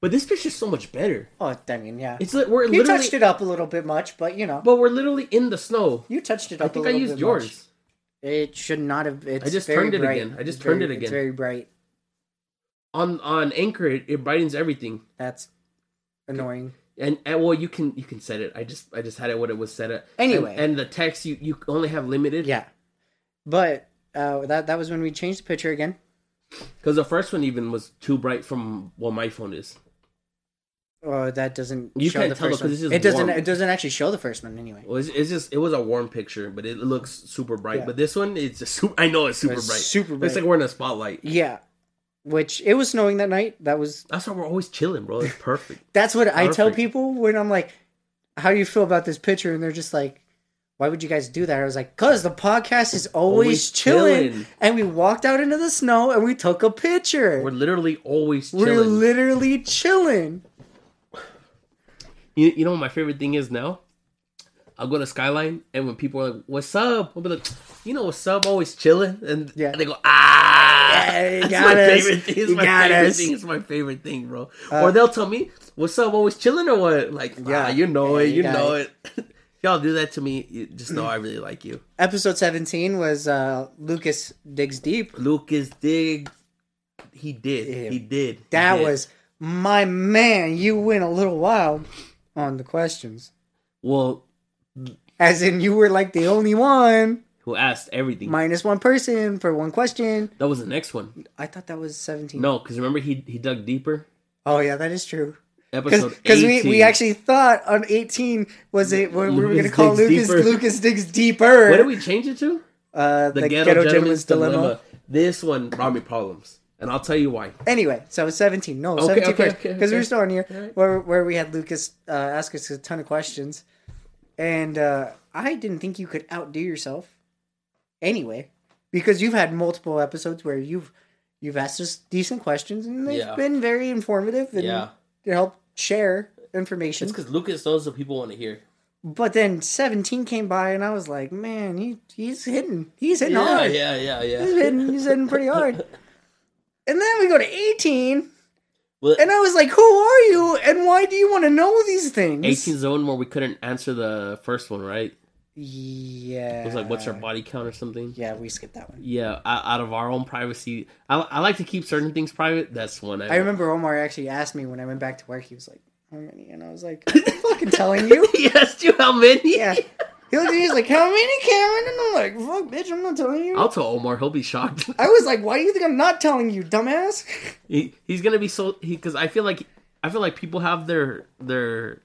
But this picture's so much better.
Oh, I mean, yeah.
It's like we're
you
literally
touched it up a little bit much, but you know,
but we're literally in the snow.
you touched it
I
up.
think
a
I
little
used
bit
yours.
much. It should not have. It's
just
very
turned it
bright.
again. I just
It's
turned
very-
it
It's
again.
very bright.
on on anchor it, it brightens everything
That's annoying.
and, and well you can you can set it i just i just had it what it was set at
Anyway.
and, and the text you you only have limited
Yeah, but uh, that that was when we changed the picture again.
Because the first one even was too bright from what my phone is.
Oh, that doesn't.
You
show
can't
the
tell though,
first one.
'cause it's just
It doesn't.
warm.
It doesn't actually show the first one anyway.
It was, it's just it was a warm picture, but it looks super bright.
Yeah.
But this one, it's just [LAUGHS] super, I know it's super
It's
bright.
super
Looks
bright.
like we're in a spotlight.
Yeah, which it was snowing that night. That was.
That's why we're always chilling, bro. It's
[LAUGHS]
perfect.
That's what I tell
Perfect.
people when I'm like, "How do you feel about this picture?" And they're just like, "Why would you guys do that?" I was like, "Cause the podcast is always,
Always
chilling.
chilling.
and we walked out into the snow and we took a picture.
we're
We're,
literally always chilling.
literally chilling."
you, you know what my favorite thing is now? I'll go to Skyline, and when people are like, "What's up?" I'll be like, "You know what's up? Always chilling." And
Yeah.
and they go, "Ah,
Yeah,
[LAUGHS]
you
That's
got
my
us.
favorite thing. It's
You
my
got
favorite
us. Uh,
thing. It's my favorite thing, bro." or they'll tell me, "What's up? Always chilling?" Or what? Like, yeah,
Yeah.
you know
Yeah,
it.
you
You,
got
know it. [LAUGHS] Y'all do that to me. You just know I really like you.
Episode 17 was uh, Lucas digs deep.
Lucas dig. He did.
Yeah.
He did. He
That
did.
was my man. You went a little wild on the questions,
well.
as in you were like the only one
Who asked everything?
minus one person for one question.
that was the next one.
I thought that was seventeen.
No, because remember he he dug deeper.
Oh yeah, that is true.
Episode
Because we,
18.
we actually thought on eighteen was it what we were going to
Lucas
call Lucas
digs deeper.
Lucas digs deeper.
What did we change it to?
Uh, the, ghetto, gentleman's dilemma.
This one brought me problems, and I'll tell you why.
Anyway, so it was seventeen. No,
Okay,
seventeen
okay,
because
okay,
we were
okay.
still on here
Alright.
where where we had Lucas uh, ask us a ton of questions, and uh, I didn't think you could outdo yourself. Anyway, because you've had multiple episodes where you've you've asked us decent questions and they've
Yeah.
been very informative and
Yeah.
to help share information.
It's because Lucas knows what people want to hear.
But then 17 came by, and I was like, man, he, he's hitting. He's hitting
Yeah,
hard.
yeah, yeah,
He's,
yeah.
hitting, he's hitting
[LAUGHS]
pretty hard. And then we go to 18,
Well,
and I was like, who are you, and why do you want to know these things?
18 zone where we couldn't answer the first one, right?
Yeah.
It was like, what's our body count or something?
Yeah, we skipped that one.
Yeah, I, out of our own privacy, I, I like to keep certain things private. That's one.
I remember Omar actually asked me when I went back to work, he was like, how many? And I was like, I'm fucking telling
[LAUGHS]
you.
he asked you how many.
Yeah. He looked at me, he's like, how many, Cameron? And I'm like, fuck, bitch, I'm not telling you.
I'll tell Omar. He'll be shocked.
I was like, why do you think I'm not telling you, dumbass?
[LAUGHS] He, he's gonna be so because I feel like I feel like people have their their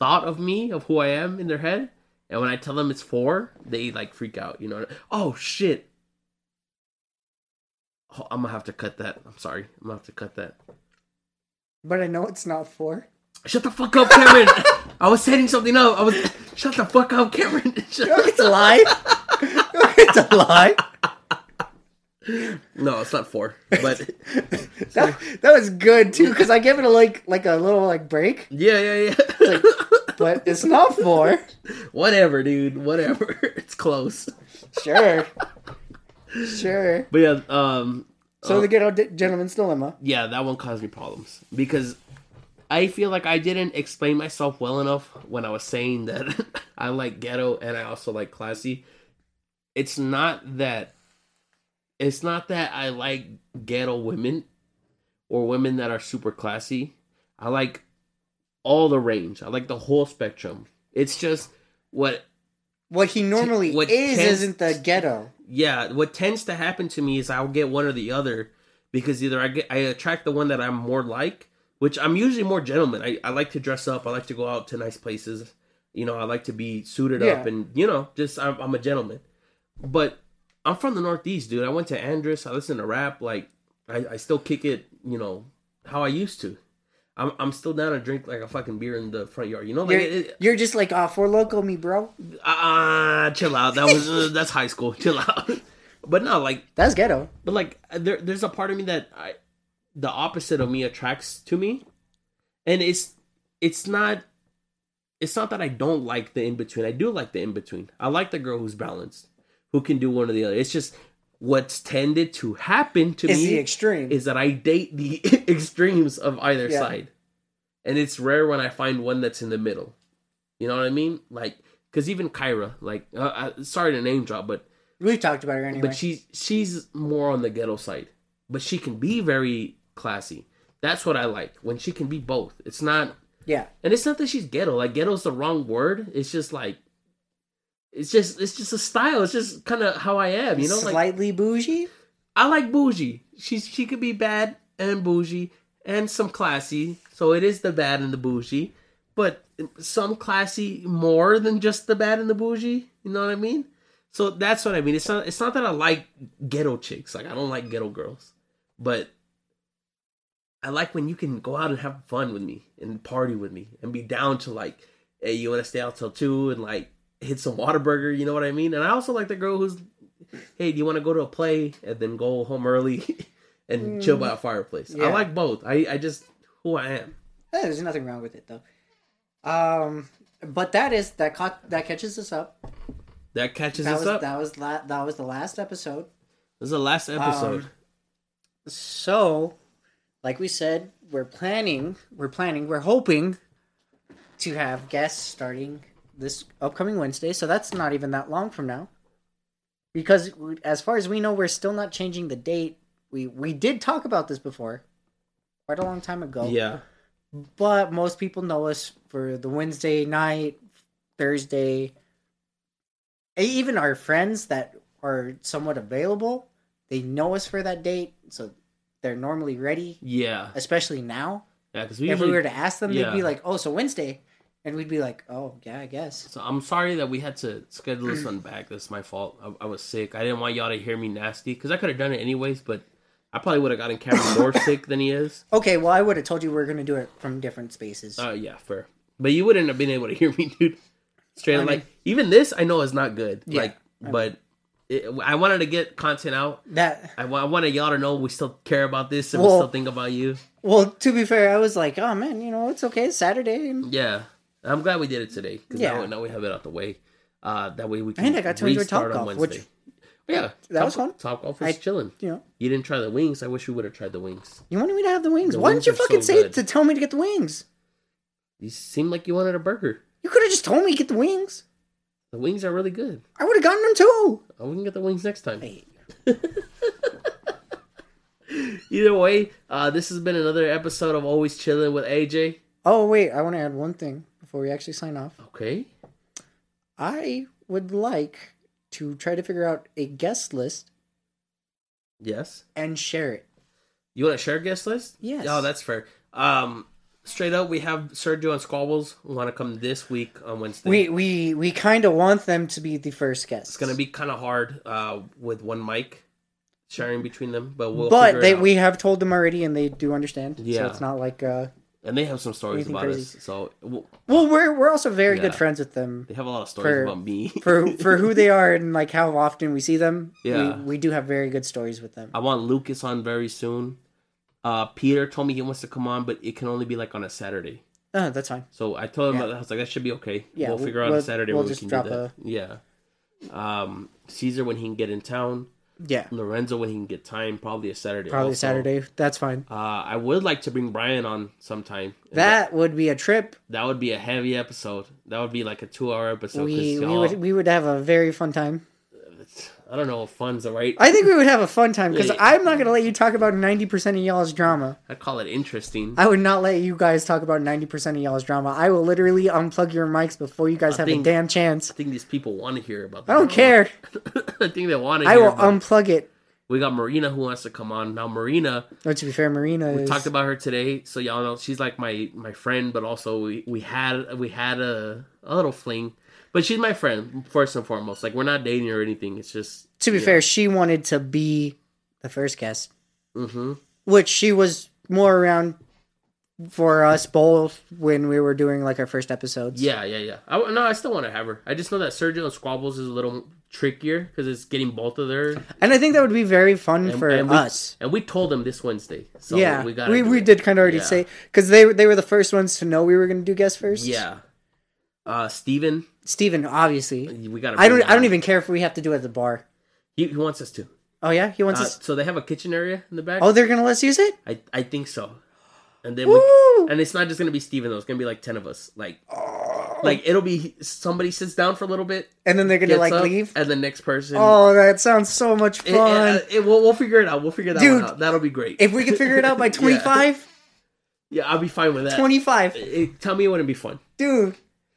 thought of me of who I am in their head, and when I tell them it's four, they like freak out. You know, oh shit. Oh, I'm gonna have to cut that. I'm sorry. I'm gonna have to cut that.
But I know it's not four. [LAUGHS]
Shut the fuck up, [LAUGHS] Cameron. I was setting something up. I was. Shut the fuck up, Cameron. [LAUGHS] Shut
You don't get to lie. You don't get to lie.
No, it's not four. But
That, that was good too, because I gave it a like like a little like break,
yeah, yeah, [LAUGHS] yeah.
but it's not four.
Whatever, dude. Whatever. [LAUGHS] It's close.
Sure, sure.
But yeah. Um.
So the ghetto D- gentleman's dilemma.
yeah, that one caused me problems because I feel like I didn't explain myself well enough when I was saying that [LAUGHS] I like ghetto and I also like classy. It's not that it's not that I like ghetto women or women that are super classy. I like all the range. I like the whole spectrum. It's just what
What he normally
What
is
tends-
isn't the ghetto.
yeah what tends to happen to me is i'll get one or the other because either i get i attract the one that i'm more like which i'm usually more gentleman i, I like to dress up i like to go out to nice places you know i like to be suited up
Yeah.
and you know just I'm, I'm a gentleman but i'm from the northeast dude i went to andrus i listen to rap like i, I still kick it you know how i used to I'm, I'm still down to drink like a fucking beer in the front yard you know like
You're,
Oh it, it-
you're just like off for local me, bro.
ah chill out that was uh, that's high school [LAUGHS] chill out but no like
That's ghetto.
but like there, there's a part of me that I, the opposite of me attracts to me, and it's it's not it's not that I don't like the in between. I do like the in between. I like the girl who's balanced, who can do one or the other. It's just what's tended to happen to
Is
me
the extreme.
is that I date the [LAUGHS] extremes of either
Yeah.
side. And it's rare when I find one that's in the middle. You know what I mean? Like, because even Kyra, like, uh, I, sorry to name drop, but
We've talked about her anyway.
but she's she's more on the ghetto side. But she can be very classy. That's what I like when she can be both. It's not,
yeah,
and it's not that she's ghetto. Like ghetto's the wrong word. It's just like, it's just it's just a style. It's just kind of how I am. You know, like
slightly bougie.
I like bougie. she's she could be bad and bougie and some classy. So it is the bad and the bougie, but some classy more than just the bad and the bougie. You know what I mean? So that's what I mean. It's not it's not that I like ghetto chicks. Like I don't like ghetto girls, but I like when you can go out and have fun with me and party with me and be down to like, hey, you want to stay out till two and like hit some Whataburger. You know what I mean? And I also like the girl who's, hey, do you want to go to a play and then go home early [LAUGHS] and chill by a fireplace? I
Mm. Yeah.
like both. I I just who I am.
Eh, There's nothing wrong with it though. Um, but that is that caught that catches us up.
That catches
That
us
was
up.
that was la- that was the last episode.
This is the last episode.
So, like we said, we're planning, we're planning, we're hoping to have guests starting this upcoming Wednesday. So that's not even that long from now. Because w- as far as we know, we're still not changing the date. We we did talk about this before, quite a long time ago.
yeah,
But most people know us for the Wednesday night, Thursday. E- Even our friends that are somewhat available, they know us for that date, so they're normally ready,
yeah,
especially now.
yeah. Because we
if
usually.
we were to ask them, they'd be
yeah.
like, "Oh, so Wednesday." And we'd be like, "Oh, yeah, I guess."
so I'm sorry that we had to schedule this on back. That's my fault. I, I was sick. I didn't want y'all to hear me nasty because I could have done it anyways, but I probably would have gotten
[LAUGHS]
Cameron more sick than he is.
Okay, well, I would have told you we are going to do it from different spaces.
Oh yeah, fair. But you wouldn't have been able to hear me, [LAUGHS] dude. Straight
I
up,
mean-
like even this, I know is not good.
Yeah,
like, but it, I wanted to get content out.
that
I, wa- I wanted y'all to know we still care about this and we
Well-
still think about you.
well, to be fair, I was like, "Oh man, you know, it's okay, it's Saturday." And,
Yeah, I'm glad we did it today because now,
Yeah.
now we have it out the way. Uh, that way we can.
And I got to enjoy
restart
Topgolf,
on Wednesday.
which-
yeah,
that was fun.
Top golf
I-
was chilling.
you know,
You didn't try the wings. I wish we would have tried the wings.
you wanted me to have the wings.
The
Why
wings
didn't
are so
you fucking say
good.
to tell me to get the wings?
You seemed like you wanted a burger.
You could have just told me to get the wings.
The wings are really good.
I would have gotten them too.
Oh, we can get the wings next time.
Hey.
Either way, uh, this has been another episode of Always Chilling with AJ.
Oh wait, I want to add one thing before we actually sign off.
Okay.
I would like to try to figure out a guest list
Yes.
and share it.
You want to share guest list?
Yes.
Oh, that's fair. Um, straight up, we have Sergio and Squabbles. We want to come this week on Wednesday.
We we we kind of want them to be the first guest.
it's gonna be kind of hard uh, with one mic sharing between them, but we'll. figure
but
it
they
out.
we have told them already, and they do understand.
Yeah.
So it's not like uh.
and they have some stories
Anything
about
crazy.
us. So well,
Well, we're we're also very good
Yeah.
friends with them
they have a lot of stories
For-
about me. [LAUGHS]
for for who they are and like how often we see them.
Yeah. Uh,
We, we do have very good stories with them.
I want Lucas on very soon. Uh, Peter told me he wants to come on, but it can only be like on a Saturday.
Oh, that's fine.
So I told him
Yeah.
that I was like, that should be okay.
Yeah,
we'll
we'll-
figure out on
we'll-
Saturday
we'll
when we
just
can
drop
do that. Yeah. Um, Caesar when he can get in town.
Yeah.
Lorenzo when he can get time. Probably a Saturday.
Probably
also.
Saturday. That's fine.
Uh, I would like to bring Brian on sometime. And
That would be a trip.
that would be a heavy episode. That would be like a two-hour episode.
we
'cause
we
y'all-
would we would have a very fun time.
I don't know if fun's the right. I,
I think we would have a fun time because
Yeah.
I'm not gonna let you talk about ninety percent of y'all's drama.
call it interesting.
I would not let you guys talk about ninety percent of y'all's drama. I will literally unplug your mics before you guys have
think-
a damn chance.
I think these people want to hear about.
I don't care.
[LAUGHS] I think they want to.
I
hear
will
about it.
unplug it.
We got Marina who wants to come on now. Marina,
Or to be fair, Marina
We
is
talked about her today, so y'all know she's like my my friend, but also we, we had we had a a little fling, but she's my friend first and foremost. Like we're not dating or anything. It's just
to be
yeah.
fair, she wanted to be the first guest,
hmm
Mm-hmm. which she was more around for us both when we were doing like our first episodes.
Yeah, yeah, yeah. I, w- no, I still want to have her. I just know that Sergio and Squabbles is a little trickier because it's getting both of their
And I think that would be very fun
and-
for
and we,
us.
And we told them this Wednesday, so
yeah,
we
we
got
we, did kind of already
Yeah.
say because they were- they were the first ones to know we were going to do guest first.
Yeah, uh, Steven,
Steven, obviously.
we got.
I don't I don't even care if we have to do it at the bar.
He, he wants us to.
Oh yeah, he wants
Uh,
us.
so they have a kitchen area in the back.
Oh, they're going to let us use it.
I I think so. And then we,
Woo! Oh.
and it's not just gonna be Steven though. It's gonna be like ten of us. Like, like it'll be somebody sits down for a little bit,
And then they're going to
gets
like
up,
leave.
and the next person.
Oh, that sounds so much
It- uh, it-
fun.
it- we'll, we'll figure it out. We'll figure that
Dude.
one out. That'll be great.
if we could figure it out
[LAUGHS]
by 25,
yeah, I'll be fine with that.
25.
It- tell me it wouldn't be fun.
Dude,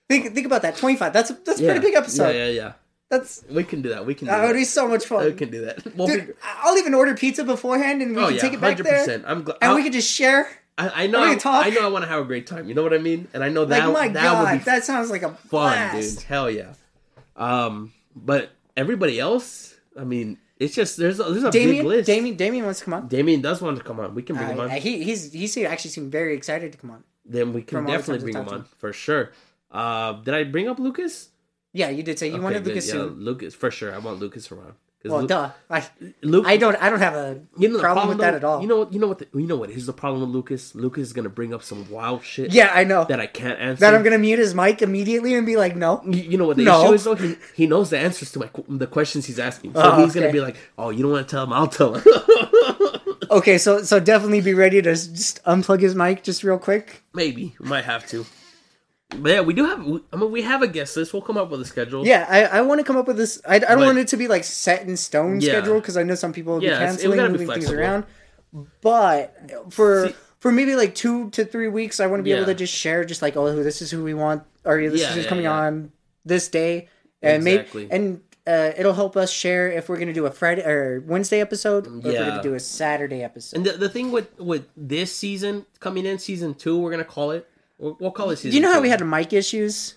think think about that. 25. That's that's a pretty big episode.
Yeah, yeah, yeah.
That's
We can do that. We can do
that would be
that.
so much
We
fun.
can do that. We'll
Dude,
figure-
I'll even order pizza beforehand, and we
oh
can
yeah,
take it back
hundred
there,
percent. I'm glad.
and we could just share.
I, I know.
we
I,
can talk.
I know. I want to have a great time. You know what I mean? And I know that
like my
that would
god,
be
that sounds like a
fun,
blast.
dude. Hell yeah. Um, but everybody else, I mean, it's just there's a, there's a big
Damien,
list.
Damien, Damien wants to come on.
Damien does want to come on. We can bring him on.
Uh, he he's he seemed, actually seemed very excited to come on.
then we can
from all the
definitely
times
bring
I've
him
talked
on
to
for sure. Uh, did I bring up Lucas?
Yeah, you did say you
Okay,
wanted
good.
Lucas
yeah,
soon.
Lucas for sure. I want Lucas around. 'Cause
Well,
Lu-
duh. I
Lu-
I don't I don't have a
you know the
problem with that
though?
at all.
You know what? You know what? The, you know what? Here's the problem with Lucas. Lucas is gonna bring up some wild shit.
yeah, I know that,
That I can't answer.
I'm gonna mute his mic immediately and be like, no.
You- You know what the
No.
issue is though? He, he knows the answers to my qu- the questions he's asking, so
Oh,
he's gonna
okay.
be like, "Oh, you don't want to tell him? I'll tell him." [LAUGHS]
Okay, so so definitely be ready to s- just unplug his mic just real quick.
Maybe we might have to. But yeah, we do have. we- I mean, we have a guest list. We'll come up with a schedule.
Yeah, I, I want to come up with this. I, I don't
But-
want it to be like set in stone
Yeah.
schedule because I know some people will
Yeah,
be
it's- it- we
canceling,
gotta be
moving things
flexible.
around. But for
See-
for maybe like two to three weeks, I want to be
Yeah.
able to just share, just like, oh, this is who we want, or this
Yeah,
is who's
yeah,
coming
yeah.
on this day, and
Exactly.
maybe and uh, it'll help us share if we're gonna do a Friday or Wednesday episode, or if we're
Yeah.
gonna do a Saturday episode.
And the, the thing with with this season coming in, season two, we're gonna call it. We'll, we'll call it season.
you know how
two.
we had mic issues?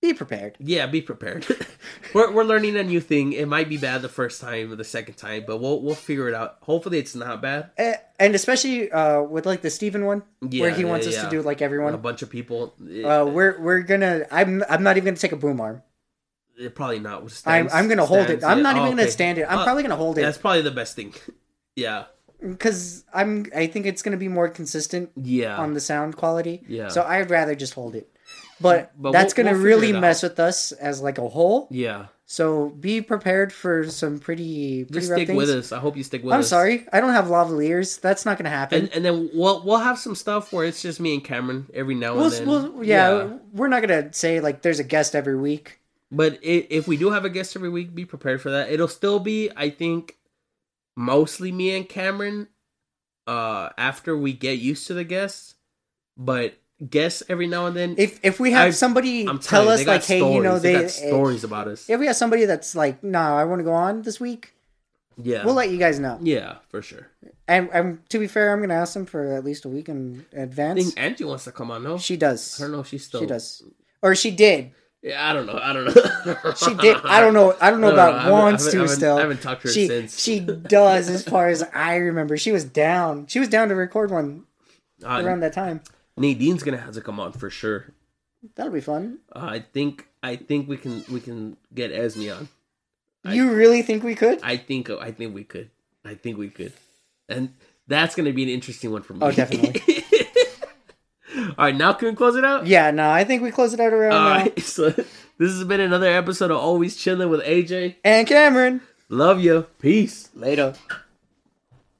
Be prepared.
Yeah, be prepared. [LAUGHS] we're we're learning a new thing. It might be bad the first time or the second time, but we'll we'll figure it out. Hopefully, it's not bad.
Eh, And especially uh, with like the Steven one, where
Yeah,
he wants
yeah,
us
yeah.
to do like everyone.
A bunch of people. It,
Uh, we're we're gonna. I'm I'm not even gonna take a boom arm.
it probably not.
I'm
Stands-
I'm gonna hold
stands,
it. I'm
yeah.
not
Oh,
even gonna
okay.
stand it. I'm
Uh,
probably gonna hold
That's
it
probably the best thing. [LAUGHS] yeah.
because I'm. I think it's gonna be more consistent
Yeah.
on the sound quality.
Yeah.
So I'd rather just hold it. But,
But
that's
we'll-
gonna
we'll figure
really
it out.
mess with us as like a whole.
yeah.
So be prepared for some pretty pretty
Just
rough
stick
things.
with us. I hope you stick with
I'm
us.
sorry, I don't have lavaliers. That's not gonna happen.
And, and then we'll we'll have some stuff where it's just me and Cameron every now and
we'll,
then.
we'll yeah, we're not gonna say like there's a guest every week.
But i if we do have a guest every week, be prepared for that. It'll still be, I think, mostly me and Cameron. Uh, after we get used to the guests, but guests every now and then.
If if we have
I-
somebody
I'm
tell
telling
us
they got
like, hey, you know
stories. they,
they,
got stories about us.
if we have somebody that's like, no, I want to go on this week,
Yeah,
we'll let you guys know.
yeah, for sure.
And, and to be fair, I'm going to ask them for at least a week in
I
advance.
think Angie wants to come on. No,
She
I
does.
don't know if she's still.
She does. Or she did.
Yeah, I don't know. I don't know.
[LAUGHS] She
[LAUGHS]
did. I don't know. I don't
I don't
know
know. I
about
haven't- I
wants
haven't- I
to
haven't-
still.
I haven't talked to her
she,
since.
She does, as far as I remember. She was down. She was down to record one
Uh,
around that time.
Nadine's gonna have to come on for sure.
That'll be fun.
Uh, I think. I think we can. We can get Esme on. I-
you really think we could?
I think I think we could. I think we could. And that's going to be an interesting one for me.
Oh, definitely.
[LAUGHS] All right, now can we close it out?
yeah, no, I think we close it out around uh,
All
now.
right. [LAUGHS] So this has been another episode of Always Chilling with AJ.
And Cameron.
Love you. Peace.
Later.